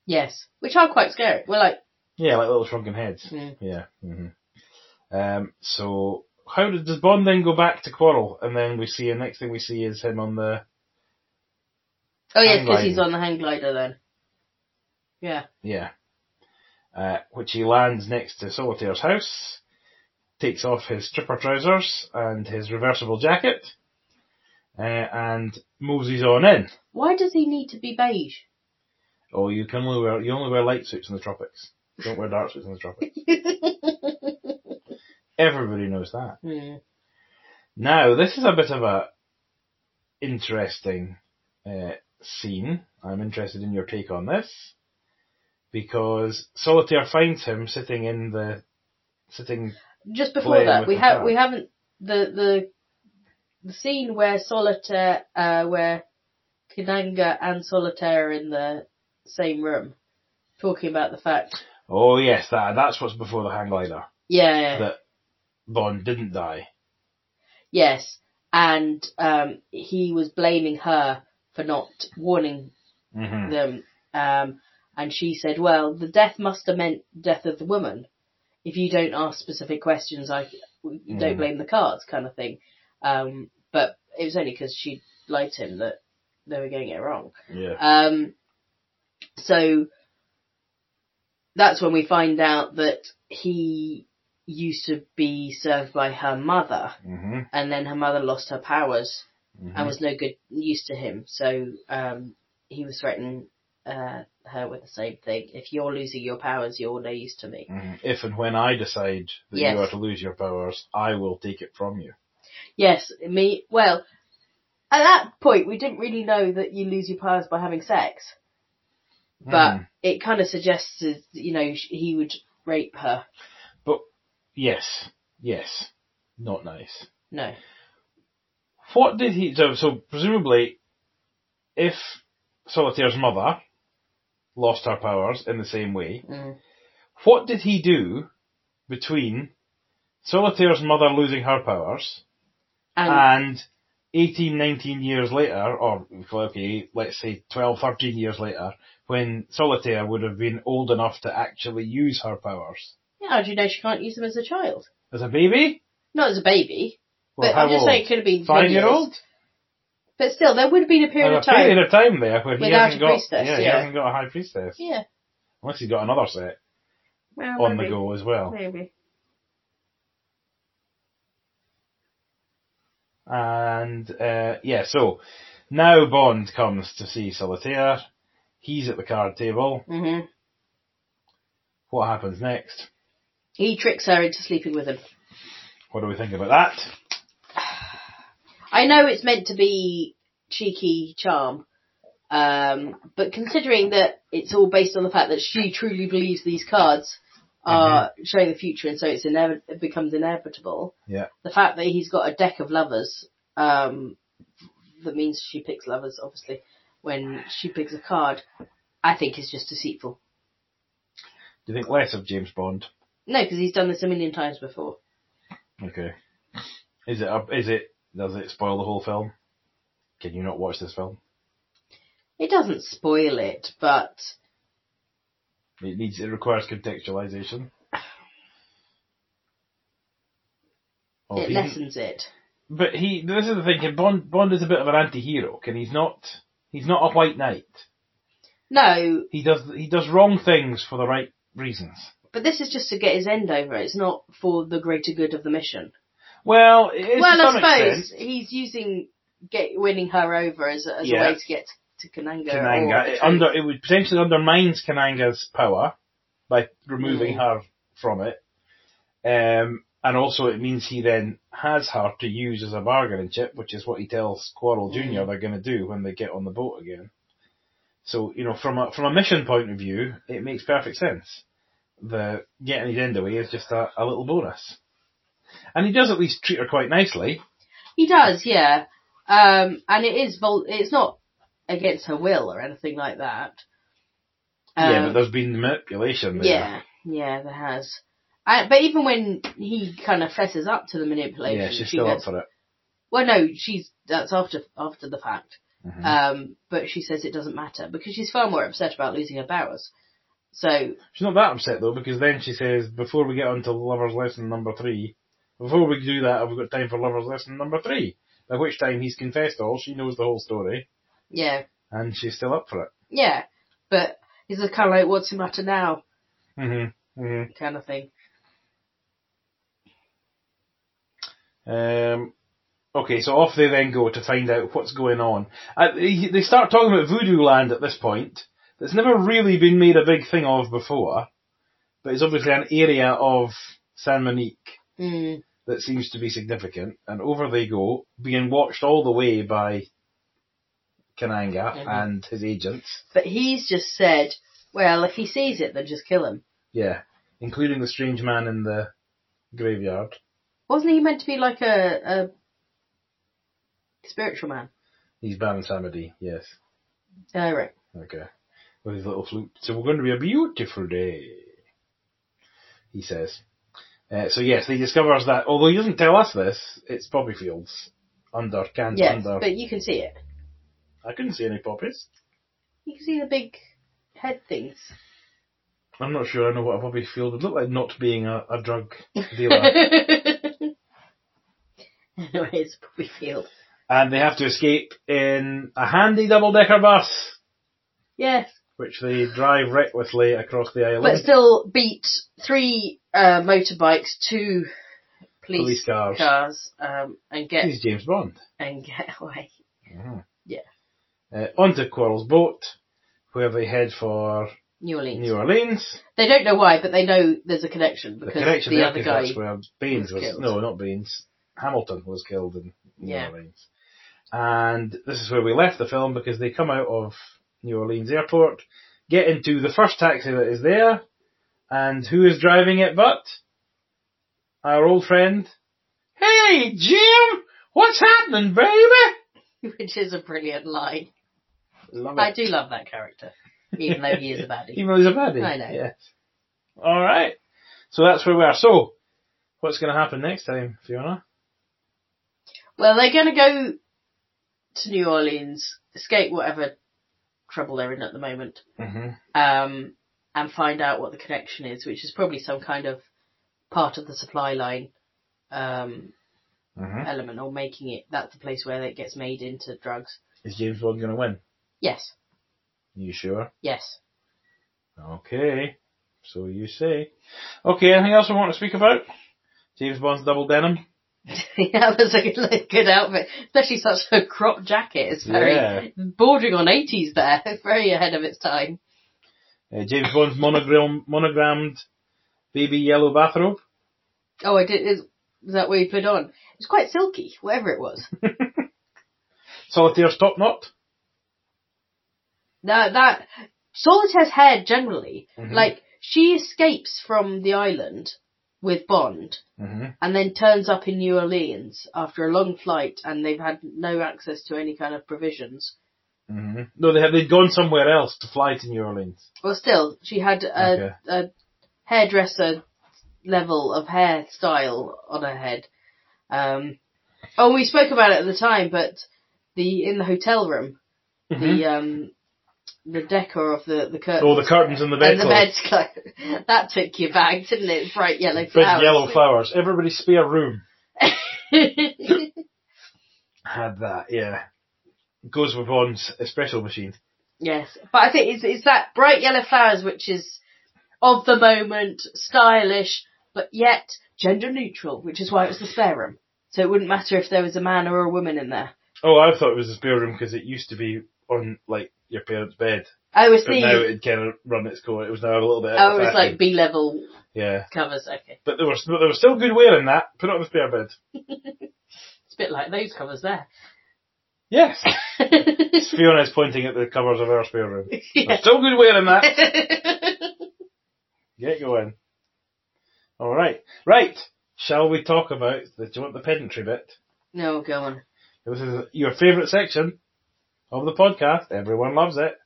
Yes. Which are quite scary. We're like,
Yeah, like little shrunken heads.
Mm.
Yeah. hmm Um, so how did, does Bond then go back to Quarrel? And then we see, and next thing we see is him on the,
oh yes,
Hang
because he's
gliding.
on the hang glider then. Yeah.
yeah, uh, which he lands next to Solitaire's house, takes off his stripper trousers and his reversible jacket, uh, and moseys on in.
Why does he need to be beige?
Oh, you can only wear you only wear light suits in the tropics. You don't wear dark suits in the tropics. Everybody knows that.
Hmm.
Now this is a bit of a interesting uh, scene. I'm interested in your take on this because Solitaire finds him sitting in the sitting.
Just before
Playing
that,
with
we
the
have
car.
we haven't the the the scene where Solitaire, uh, where Kananga and Solitaire are in the same room talking about the fact.
Oh yes, that that's what's before the hang glider.
Yeah, yeah,
That Bond didn't die.
yes. And um, he was blaming her for not warning
hmm
them. Um, and she said, well, the death must have meant death of the woman. If you don't ask specific questions, I don't
Mm.
blame the cards kind of thing. Um, but it was only because she lied to him that they were getting it wrong.
Yeah.
Um, so that's when we find out that he used to be served by her mother
hmm
and then her mother lost her powers
hmm
and was no good use to him. So um, he was threatening uh, her with the same thing. If you're losing your powers, you're no use to me.
Mm-hmm. If and when I decide that
Yes.
you are to lose your powers, I will take it from you.
Yes, me. Well, at that point, we didn't really know that you lose your powers by having sex, but
Mhm.
it kind of suggested, you know, sh- he would rape her.
yes, yes, not nice.
No.
What did he do? So presumably, if Solitaire's mother lost her powers in the same way,
Mm.
what did he do between Solitaire's mother losing her powers
And
and 18, 19 years later, or well, okay, let's say 12, 13 years later, when Solitaire would have been old enough to actually use her powers?
yeah, how do you know she can't use them as a child?
As a baby?
Not as a baby,
Well,
but
how
I'm just
old?
saying it could have been
Five
many
year
years.
old?
But still, there would have been a period
There's
of
a
time.
period of time there where he
Without
hasn't
a
got,
priestess,
he
yeah.
hasn't got a high priestess.
yeah.
Unless he's got another set
Well,
on the
maybe.
go as well.
Maybe.
And uh, yeah, so now Bond comes to see Solitaire. He's at the card table.
hmm
What happens next?
He tricks her into sleeping with him.
What do we think about that?
I know it's meant to be cheeky charm, um, but considering that it's all based on the fact that she truly believes these cards are showing the future, and so it's inev- it becomes inevitable.
Yeah.
The fact that he's got a deck of lovers, um, that means she picks lovers, obviously, when she picks a card. I think is just deceitful.
Do you think less of James Bond?
No, because he's done this a million times before.
Okay. Is it? A, is it? Does it spoil the whole film? Can you not watch this film?
It doesn't spoil it, but
It needs. It requires contextualization. Of
it
Oh, he-
lessens it.
But he. This is the thing. can Bond. Bond is a bit of an anti-hero. Can he's not. He's not a white knight.
No,
He does. He does wrong things for the right reasons.
but this is just to get his end over. It's not for the greater good of the mission.
Well, it is
well,
to
I
some
suppose
extent.
he's using get winning her over as a, as
Yeah.
a way to get to Kananga. or
Kananga.
the
It,
truth.
under, it would potentially undermines Kananga's power by removing her from it. Um, and also it means he then has her to use as a bargaining chip, which is what he tells Quarrel Jr. they're going to do when they get on the boat again. So, you know, from a, from a mission point of view, it makes perfect sense. The getting his end away is just a, a little bonus. And he does at least treat her quite nicely.
He does, yeah. Um, and it is vol- It's not against her will or anything like that.
yeah, but
Um,
there's been manipulation there.
yeah, yeah, there has. I, but even when he kind of fesses up to the manipulation,
Yeah, she's
she
still
goes,
up for it.
Well, no, she's that's after after the fact.
Mhm.
Um, but she says it doesn't matter because she's far more upset about losing her powers. So
She's not that upset though, because then she says, before we get on to lover's lesson number three, before we do that, have we got time for lover's lesson number three? At which time he's confessed all, she knows the whole story,
yeah,
and she's still up for it.
yeah. But he's kind of like, what's the matter now,
Mm-hmm. Mm-hmm.
kind of thing.
Um, okay, so off they then go to find out what's going on. Uh, they they start talking about voodoo land at this point. That's never really been made a big thing of before, but it's obviously an area of San Monique
Mm.
that seems to be significant, and over they go, being watched all the way by Kananga
Mhm.
and his agents.
But he's just said, well, if he sees it, then just kill him.
Yeah, including the strange man in the graveyard.
Wasn't he meant to be like a Spiritual man.
He's Baron Samedi, yes.
Uh, right.
Okay. With his little flute. So we're going to be a beautiful day, he says. Uh, so yes, he discovers that, although he doesn't tell us this, it's poppy fields under, cans
Yes,
under.
but you can see it.
I couldn't see any poppies.
You can see the big head things.
I'm not sure I know what a poppy field would look like, not being a, a drug dealer.
anyway, it's Poppy Field.
and they have to escape in a handy double-decker bus,
Yes,
which they drive recklessly across the island.
but still beat three uh, motorbikes, two police,
Police cars.
cars, um, and get
He's James Bond.
and get away.
Uh, onto Quarles' boat, where they head for
New Orleans.
New Orleans.
They don't know why, but they know there's a connection
The
because
connection
the
there
other
'cause
guy.
that's where Baines
was
was,
killed.
no, not Baines. Hamilton was killed in New
Yeah.
Orleans. And this is where we left the film because they come out of New Orleans airport, get into the first taxi that is there, and who is driving it but our old friend? Hey, Jim! What's happening, baby?
Which is a brilliant line.
Love
I
it.
do love that character, even though he is a baddie.
Even though he's a baddie.
I know.
Yes. All right. So that's where we are. So, what's going to happen next time, Fiona?
Well, they're going to go to New Orleans, escape whatever trouble they're in at the moment,
Mm-hmm.
um, and find out what the connection is, which is probably some kind of part of the supply line um,
Mhm.
element, or making it. That's the place where it gets made into drugs.
Is James Bond going to win?
Yes,
You sure?
yes.
Okay. So you say. Okay, anything else we want to speak about? James Bond's double denim?
yeah, that's a good, good outfit, especially such a crop jacket. It's very
Yeah.
bordering on eighties. There, very ahead of its time.
Uh, James Bond's monogram, monogrammed baby yellow bathrobe?
Oh, I did. Is, is that what you put on? It's quite silky, whatever it was.
Solitaire's top knot?
now that Solitaire's hair generally,
Mhm.
like she escapes from the island with Bond,
Mm-hmm.
and then turns up in New Orleans after a long flight, and they've had no access to any kind of provisions.
Mm-hmm. No, they had, they'd gone somewhere else to fly to New Orleans.
Well, still, she had a,
Okay.
a hairdresser level of hairstyle on her head. Um, oh, we spoke about it at the time, but the in the hotel room,
Mm-hmm.
the um, the decor of the the curtain.
Oh, the curtains and the
and the
bedclothes.
bed's clo- that took your bag, didn't it? Bright yellow
Big
flowers.
yellow flowers. Everybody's spare room had that, yeah. Goes with Bond's special machine.
yes, but I think it's it's that bright yellow flowers which is of the moment, stylish, but yet gender neutral, which is why it was the spare room. So it wouldn't matter if there was a man or a woman in there.
Oh, I thought it was a spare room because it used to be on, like, your parents' bed.
I was
But
thinking,
now it kind of run its course. It was now a little bit.
oh, it was
old-fashioned.
like B level
yeah,
covers. Okay,
but there was there was still good wear in that. Put it on the spare bed.
it's a bit like those covers there.
Yes, Fiona is pointing at the covers of our spare room.
Yeah.
There's still good wear in that. Get going. All right, right. Shall we talk about? The, do you want the pedantry bit?
no, go on.
This is your favourite section of the podcast. Everyone loves it.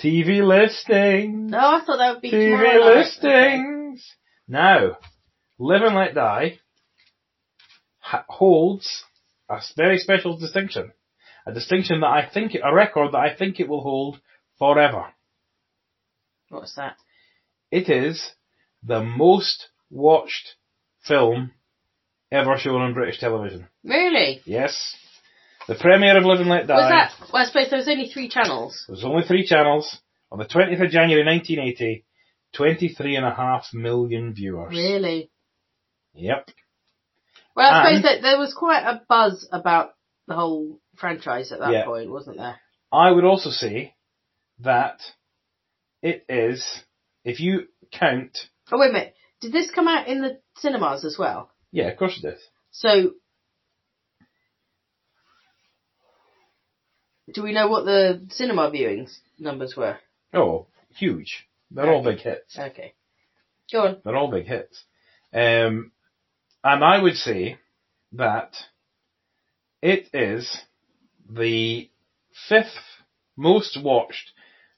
TV listing.
No, I thought that would be tomorrow
TV
night.
listings. Now, Live and Let Die ha- holds a very special distinction. A distinction that I think, a record that I think it will hold forever.
What's that?
It is the most watched film ever shown on British television.
Really?
Yes. The premiere of Live and Let Die.
Was that? Well, I suppose there was only three channels.
There was only three channels. On the 20th of January 1980, 23.5 million viewers.
Really?
Yep.
Well, I suppose
And-
that there was quite a buzz about the whole franchise at that
Yeah.
point, wasn't there?
I would also say that it is, if you count,
Oh wait a minute. Did this come out in the cinemas as well?
yeah, of course it is.
So, do we know what the cinema viewings numbers were?
Oh, huge. They're all big hits.
Okay. Go on.
They're all big hits. Um, and I would say that it is the fifth most watched,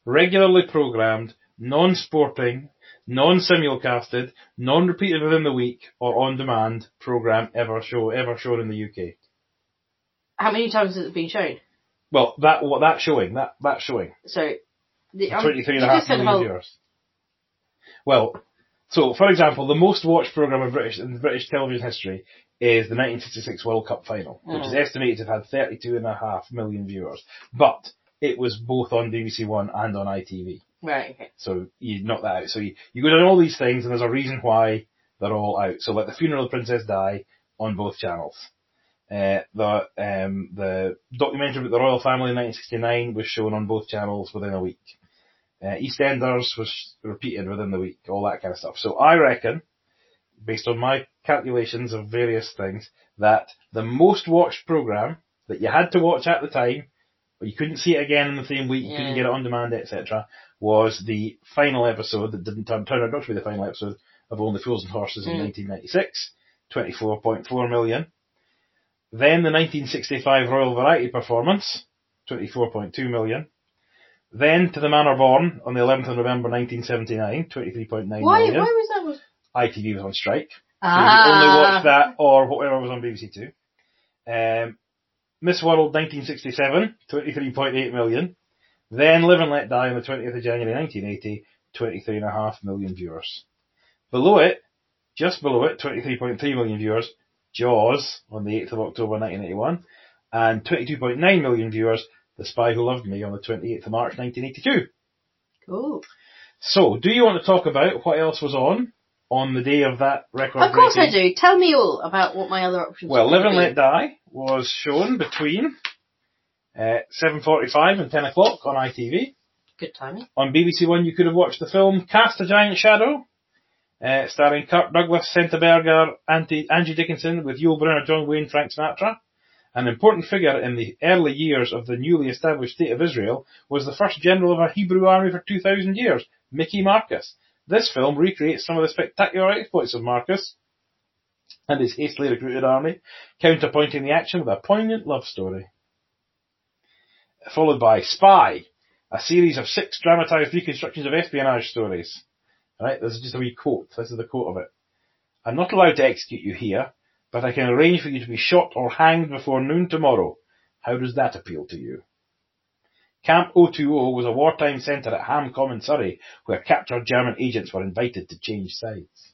regularly programmed, non-sporting, non-simulcasted, non-repeated within the week or on-demand program ever show ever shown in the UK.
How many times has it been shown?
Well, that what that showing that that showing
So, the, um,
twenty three and a
you
half
just said
million
how-
viewers. Well, so for example, the most watched program in British in British television history is the 1966 World Cup final, which is
Mm.
estimated to have had thirty two and a half million viewers, but it was both on BBC One and on ITV.
Right. Okay.
So you knock that out. So you, you go down all these things and there's a reason why they're all out. So like the funeral of Princess Di on both channels. Uh, the, um, the documentary about the royal family in 1969 was shown on both channels within a week. Uh, EastEnders was repeated within the week, all that kind of stuff. So I reckon, based on my calculations of various things, that the most watched program that you had to watch at the time, but you couldn't see it again in the same week, you
Yeah.
couldn't get it on demand, etc., was the final episode that didn't turn, turn out not to be the final episode of Only Fools and Horses in
Mm.
1996, 24.4 million. Then the 1965 Royal Variety Performance, 24.2 million. Then to the Manor Born on the 11th of November 1979, 23.9 million.
Why? Why was that? Was,
ITV was on strike. So you only
ah.
watched that or whatever was on BBC Two. Um, Miss World 1967, 23.8 million. Then Live and Let Die on the 20th of January 1980, 23.5 million viewers. Below it, just below it, 23.3 million viewers, Jaws on the 8th of October 1981, and 22.9 million viewers, The Spy Who Loved Me on the 28th of March 1982.
Cool.
So, do you want to talk about what else was on on the day of that record?
Of course I do. Tell me all about what my other options.
Well,
would
Live and
be.
Let Die was shown between uh, 7.45 and 10 o'clock on ITV.
Good timing.
On BBC One, you could have watched the film Cast a Giant Shadow, uh, starring Kirk Douglas, Centerberger, Anti- Angie Dickinson, with Yul Brynner, John Wayne, Frank Sinatra. An important figure in the early years of the newly established state of Israel was the first general of a Hebrew army for 2,000 years, Mickey Marcus. This film recreates some of the spectacular exploits of Marcus and his hastily recruited army, counterpointing the action with a poignant love story. Followed by Spy, a series of six dramatized reconstructions of espionage stories. Right, this is just a wee quote. This is the quote of it. I'm not allowed to execute you here, but I can arrange for you to be shot or hanged before noon tomorrow. How does that appeal to you? Camp 020 was a wartime centre at Ham Common, Surrey, where captured German agents were invited to change sides.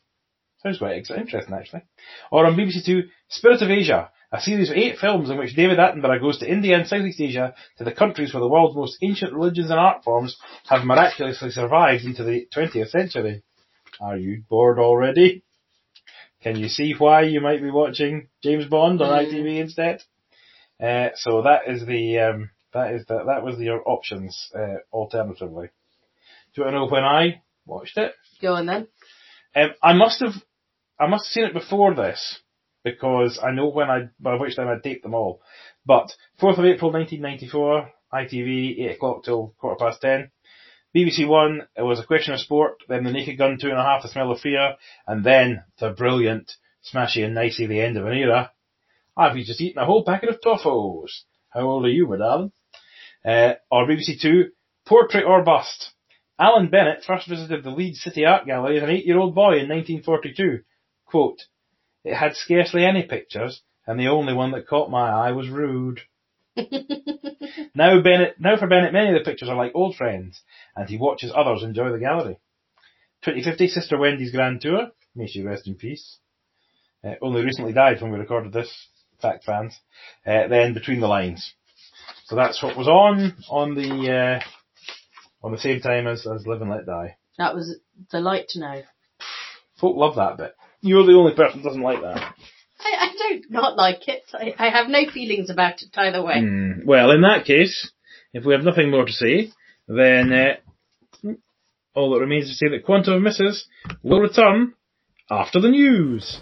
Sounds quite ex- interesting, actually. Or on BBC Two, Spirit of Asia, a series of eight films in which David Attenborough goes to India and Southeast Asia to the countries where the world's most ancient religions and art forms have miraculously survived into the 20th century. Are you bored already? Can you see why you might be watching James Bond on
Mm.
ITV instead? Uh, so that is the um, that is the, that was your options uh, alternatively. Do you want to know when I watched it?
Go on then.
Um, I must have, I must have seen it before this because I know when I, by which time I date them all. But 4th of April 1994, ITV, 8 o'clock till quarter past 10. BBC One, it was a question of sport, then the Naked Gun two and a half, the smell of fear, and then the brilliant, smashy and nicey, the end of an era. I've just eaten a whole packet of toffos. How old are you, my darling? Uh, or BBC Two, Portrait or Bust. Alan Bennett first visited the Leeds City Art Gallery as an eight-year-old boy in 1942. Quote, it had scarcely any pictures, and the only one that caught my eye was Rude. now Bennett, now for Bennett, many of the pictures are like old friends, and he watches others enjoy the gallery. 2050, Sister Wendy's Grand Tour. May she rest in peace. Uh, only recently died when we recorded this, fact fans. Uh, then Between the Lines. So that's what was on, on the, uh, on the same time as, as Live and Let Die.
That was delight to know.
Folk love that bit. You're the only person that doesn't like that.
I, I don't not like it. I, I have no feelings about it either way.
Well, in that case, if we have nothing more to say, then uh, all that remains is to say that Quantum of Misses will return after the news.